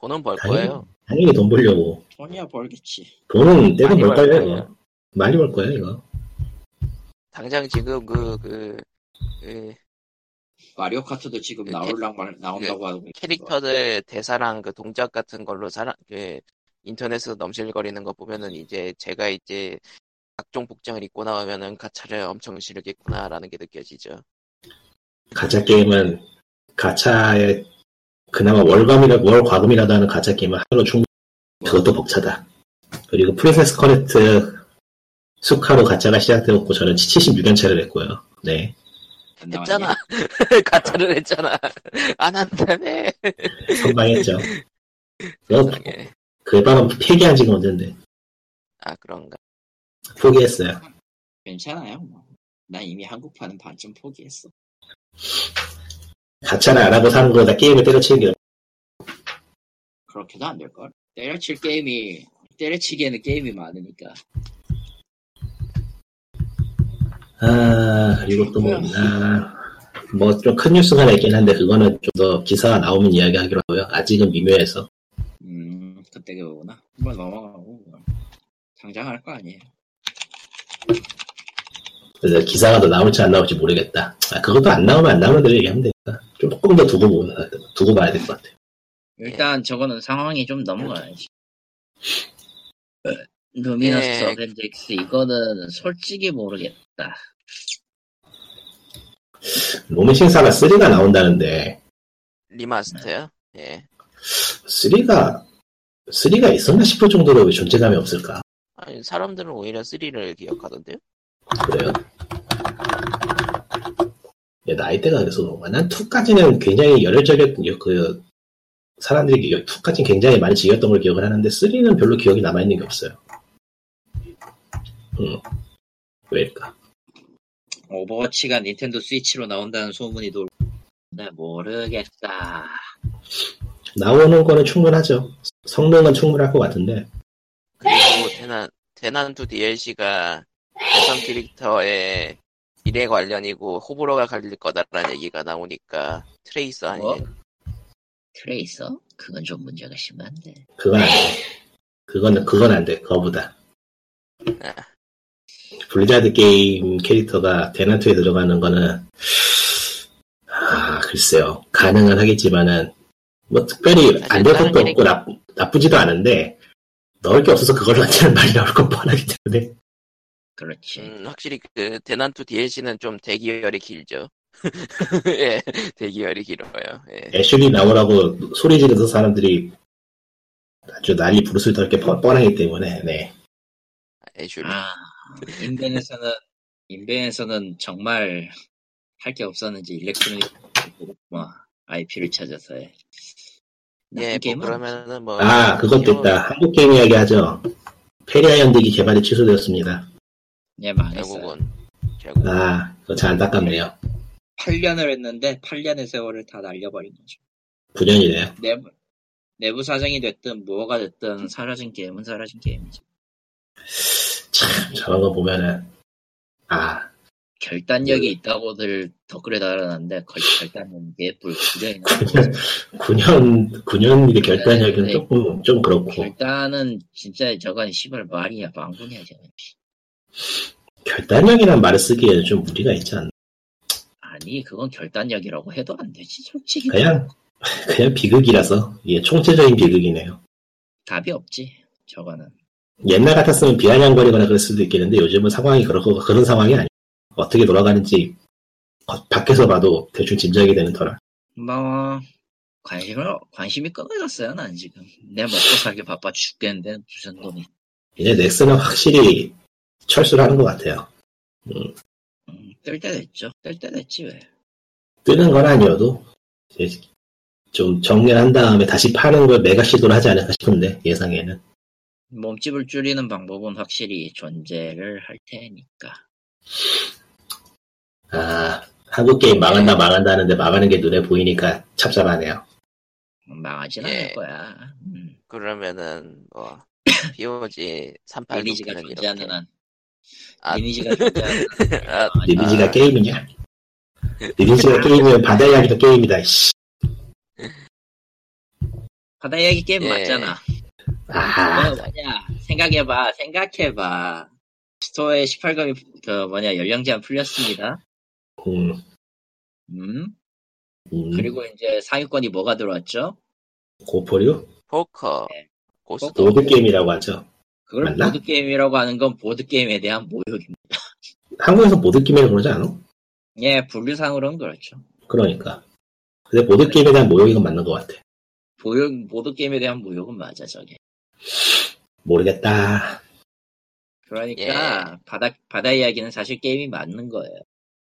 A: 돈은 벌
D: 당연히,
A: 거예요.
D: 당연히 돈 벌려고.
B: 돈이야 벌겠지
D: 돈은 떼고
A: 많이
D: 벌
A: 벌
D: 거예요
A: 거예요.
D: 이거. 많이 벌 거예요 이거.
A: 당장 지금 그, 그, 그
B: 마리오 카트도 지금
A: 그
B: 나올랑 말 나온다고 하고 있는 거.
A: 캐릭터들 대사랑 그 동작 같은 걸로 사람 그 인터넷에서 넘실거리는 거 보면은 이제 제가 이제 각종 복장을 입고 나오면은 가차를 엄청 실겠구나라는 게 느껴지죠. (laughs)
D: 가짜 게임은 가차에 그나마 월감이라 월과금이라도 하는 가짜 게임은 하루 충분. 그것도 벅차다. 그리고 프린세스 커넥트 수카로 가짜가 시작되었고 저는 76연차를 했고요. 네.
B: 안 나왔니?
A: 했잖아. 가짜를 했잖아. (laughs) 안 한다며.
D: 선방했죠. 그거
A: 세상에.
D: 그 방은 폐기한 지가 언젠데
A: 예. 아, 그런가.
D: 포기했어요.
B: 괜찮아요. 뭐. 나 이미 한국판은 반쯤 포기했어.
D: 가짜를 안 하고 사는 거다 게임을 때려치는 게
B: 그렇게도 안 될걸. 때려칠 게임이 때려치기에는 게임이 많으니까.
D: 아, 그리고 또 뭐, 있나. 뭐, 좀 큰 뉴스가 하나 있긴 한데, 그거는 좀 더 기사가 나오면 이야기하기로 하고요. 아직은 미묘해서.
B: 음 그때 그거구나. 한번 넘어가고 그냥. 당장 할 거 아니에요.
D: 그래서 기사가 더 나올지 안 나올지 모르겠다. 아, 그것도 안 나오면 안 나오는 대로 얘기하면 되니까. 좀 조금 더 두고, 보, 두고 봐야 될 것 같아요.
B: 일단 저거는 상황이 좀 넘어가야지. 그렇죠. 그 루미너스
A: 예.
B: 어벤져스 이거는 솔직히 모르겠다.
D: 놈의 신사가 3가 나온다는데,
A: 리마스터요? 예.
D: 3가, 3가 있었나 싶을 정도로 왜 존재감이 없을까?
A: 아니, 사람들은 오히려 3를 기억하던데요?
D: 그래요. 예, 나이대가 그래서 그런가. 난 2까지는 굉장히 열혈적이었, 그, 사람들이 2까지는 굉장히 많이 즐겼던 걸 기억을 하는데, 3는 별로 기억이 남아있는 게 없어요. 음. 왜일까?
B: 오버워치가 닌텐도 스위치로 나온다는 소문이 돌. 네 모르겠다.
D: 나오는 거는 충분하죠. 성능은 충분할 것 같은데,
A: 그리고
B: 네.
A: 대난, 대난투 DLC가 대성 캐릭터의 미래 관련이고 호불호가 갈릴 거다라는 얘기가 나오니까 트레이서
B: 뭐?
A: 아니에요?
B: 트레이서? 그건 좀 문제가 심한데.
D: 그건 안 돼. 그건, 그건 안 돼. 그거보다. 블리자드 게임 캐릭터가 대난투에 들어가는 거는, 아, 글쎄요. 가능은 하겠지만은, 뭐, 특별히 안 될 것도 없고, 나, 나쁘지도 않은데, 넣을 게 없어서 그걸 만드는 말이 나올 건 뻔하기 때문에.
B: 그렇지.
A: 음, 확실히 그 대난투 DLC는 좀 대기열이 길죠. (laughs) 예, 대기열이 길어요. 예.
D: 애슐리 나오라고 소리 지르서 사람들이 아주 난리 부르스를 떨게 뻔- 뻔하기 때문에, 네.
A: 애슐리.
B: 아 인벤에서는 인벤에서는 정말 할 게 없었는지 일렉트로닉 IP를 찾아서 해.
A: 예,
B: 나쁜
A: 뭐
B: 게임은
A: 그러면은 뭐
D: 아, 그것도 있다. 한국 게임 이야기 하죠. 페리아 연대기 개발이 취소되었습니다.
B: 예, 망했어요.
A: 결국은 결국 은
D: 아, 그거 참 안타깝네요.
B: 8년을 했는데 8년의 세월을 다 날려버린 거죠.
D: 9년이네요.
B: 내부 내부 사정이 됐든 뭐가 됐든 사라진 게임은 사라진 게임이죠.
D: 참, 저런 거 보면은, 아,
A: 네.
B: 결단력이 있다고들 댓글에 달아놨는데 거의 결단은 예불 9년이나
A: (laughs)
D: 9년, 9년이 결단력은
B: 네, 네.
D: 조금, 좀 그렇고,
B: 결단은 진짜 저건 시발 말이야 망군이야 저건.
D: 결단력이란 말을 쓰기에는 좀 무리가 있지 않나.
B: 아니 그건 결단력이라고 해도 안 되지 솔직히
D: 그냥, 그냥 비극이라서, 예, 총체적인 비극이네요.
B: 답이 없지 저거는
D: 옛날 같았으면 비아냥거리거나 그럴 수도 있겠는데, 요즘은 상황이 그렇고, 그런 상황이 아니에요. 어떻게 돌아가는지, 겉- 밖에서 봐도 대충 짐작이 되는 터라.
B: 뭐 관심을 관심이 끊어졌어요 난 지금 내 먹고 살기 바빠 죽겠는데 무슨 놈이
D: 이제 넥슨은 확실히 철수를 하는 것 같아요.
B: 음, 뜰때 됐죠 뜰 때 됐지 왜
D: 뜨는 건 아니어도 이제 좀 정리를 한 다음에 다시 파는 걸 메가 시도를 하지 않을까 싶은데 예상에는
B: 몸집을 줄이는 방법은 확실히 존재를 할 테니까
D: 아 한국 게임 망한다 망한다 하는데 망하는 게 눈에 보이니까 찹찹하네요
B: 망하진
A: 예.
B: 않을 거야 음,
A: 그러면은
B: (coughs)
A: 뭐 POG 38
B: 리니지가
A: 높이는
B: 존재하는 한
A: 아.
B: 리니지가 존재하는 한
A: (laughs) 아,
B: 망하지 않을
D: 리니지가
A: 아.
D: 게임이냐 리니지가 게임이면 바다 이야기도 게임이다 씨.
B: 바다 이야기 게임
A: 예.
B: 맞잖아.
D: 아
B: 너 어, 뭐냐 생각해봐 생각해봐 스토어에 18금이 그 뭐냐 연령 제한 풀렸습니다.
D: 음,
B: 음
D: 음.
B: 그리고 이제 사유권이 뭐가 들어왔죠?
D: 고포류
A: 포커
B: 네.
A: 고스트
B: 포커.
D: 보드 게임이라고 하죠
B: 그걸
D: 맞나?
B: 보드 게임이라고 하는 건 보드 게임에 대한 모욕입니다.
D: 한국에서 보드 게임이라고 그러지 않아?
B: 예 분류상으로는 그렇죠.
D: 그러니까 근데 보드 게임에 대한 모욕이 맞는 것 같아
B: 보육 보드 게임에 대한 모욕은 맞아 저게.
D: 모르겠다
B: 그러니까
D: 예.
B: 바다 바다 이야기는 사실 게임이 맞는 거예요.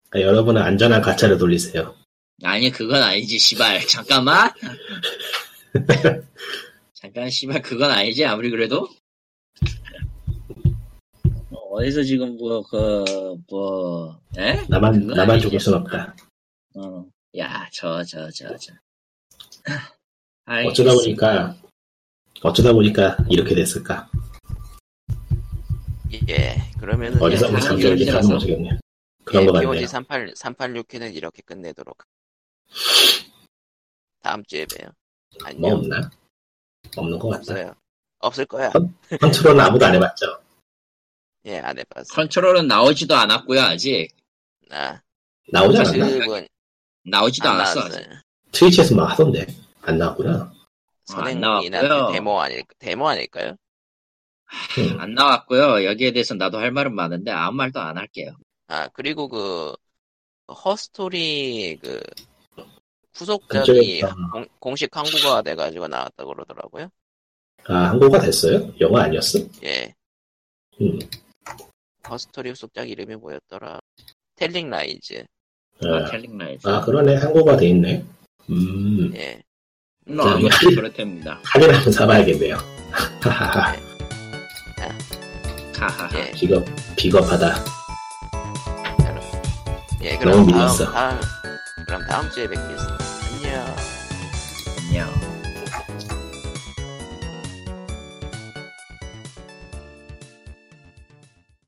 D: 그러니까 여러분은 안전한 가차를 돌리세요.
B: 아니 그건 아니지 씨발 (laughs)
D: (laughs)
B: 잠깐만 잠깐 씨발 그건 아니지 아무리 그래도 어, 어디서 지금 뭐, 그, 뭐그뭐 에?
D: 나만
B: 그건
D: 나만
B: 아니지.
D: 죽을 순 없다.
B: 어. 야저 저 저저 (sighs) 아
D: 어쩌다 보니까 그 어쩌다 보니까 이렇게 됐을까?
A: 예. 그러면은
D: 어디서
B: 뭐 사람이
D: 한번 잠들지
B: 이렇게
D: 가서
B: 돼서.
D: 모르겠네요. 그런 거 같네요.
A: POG 38 386회는 이렇게 끝내도록. 다음 주에 봬요.
D: 뭐
A: 안녕.
D: 없나? 없는 거
B: 네.
D: 같다.
A: 없어요. 없을 거야.
D: 컨트롤은 아무도 안 해봤죠.
A: 예, 안 해봤어.
B: 컨트롤은 나오지도 않았고요 아직
A: 나
D: 나오지
B: 사실-
D: 않았나?
A: 지금은
B: 나오지도
A: 안
B: 않았어
A: 나왔어요.
B: 아직.
D: 트위치에서 막 하던데 안 나왔구나.
B: 안
A: 선행이나 그
B: 나왔고요.
A: 데모 아닐 데모 아닐까요?
D: 음.
B: 안 나왔고요 여기에 대해서 나도 할 말은 많은데 아무 말도 안 할게요
A: 아 그리고 그 허스토리 그 후속작이
D: 그쪽에 어, 있다.
A: 공, 공식 한국어가 돼가지고 나왔다 고 그러더라고요.
D: 아 한국어가 됐어요? 영어 아니었어?
A: 예,
D: 음.
A: 허스토리 후속작 이름이 뭐였더라? 텔링 라이즈.
B: 아,
D: 아,
B: 텔링 라이즈
D: 아 그러네 한국어가 돼 있네. 음
A: 예,
B: 뭐 아무튼 그렇답니다
D: 하긴 한번 사봐야겠네요. (laughs) 하하하
B: 하하하
A: 예,
D: 비겁 비겁하다.
A: 여러분. 예, 그럼 다음
D: 너무 밀렸어.
A: 다음 그럼 다음 주에 뵙겠습니다. 안녕.
B: 안녕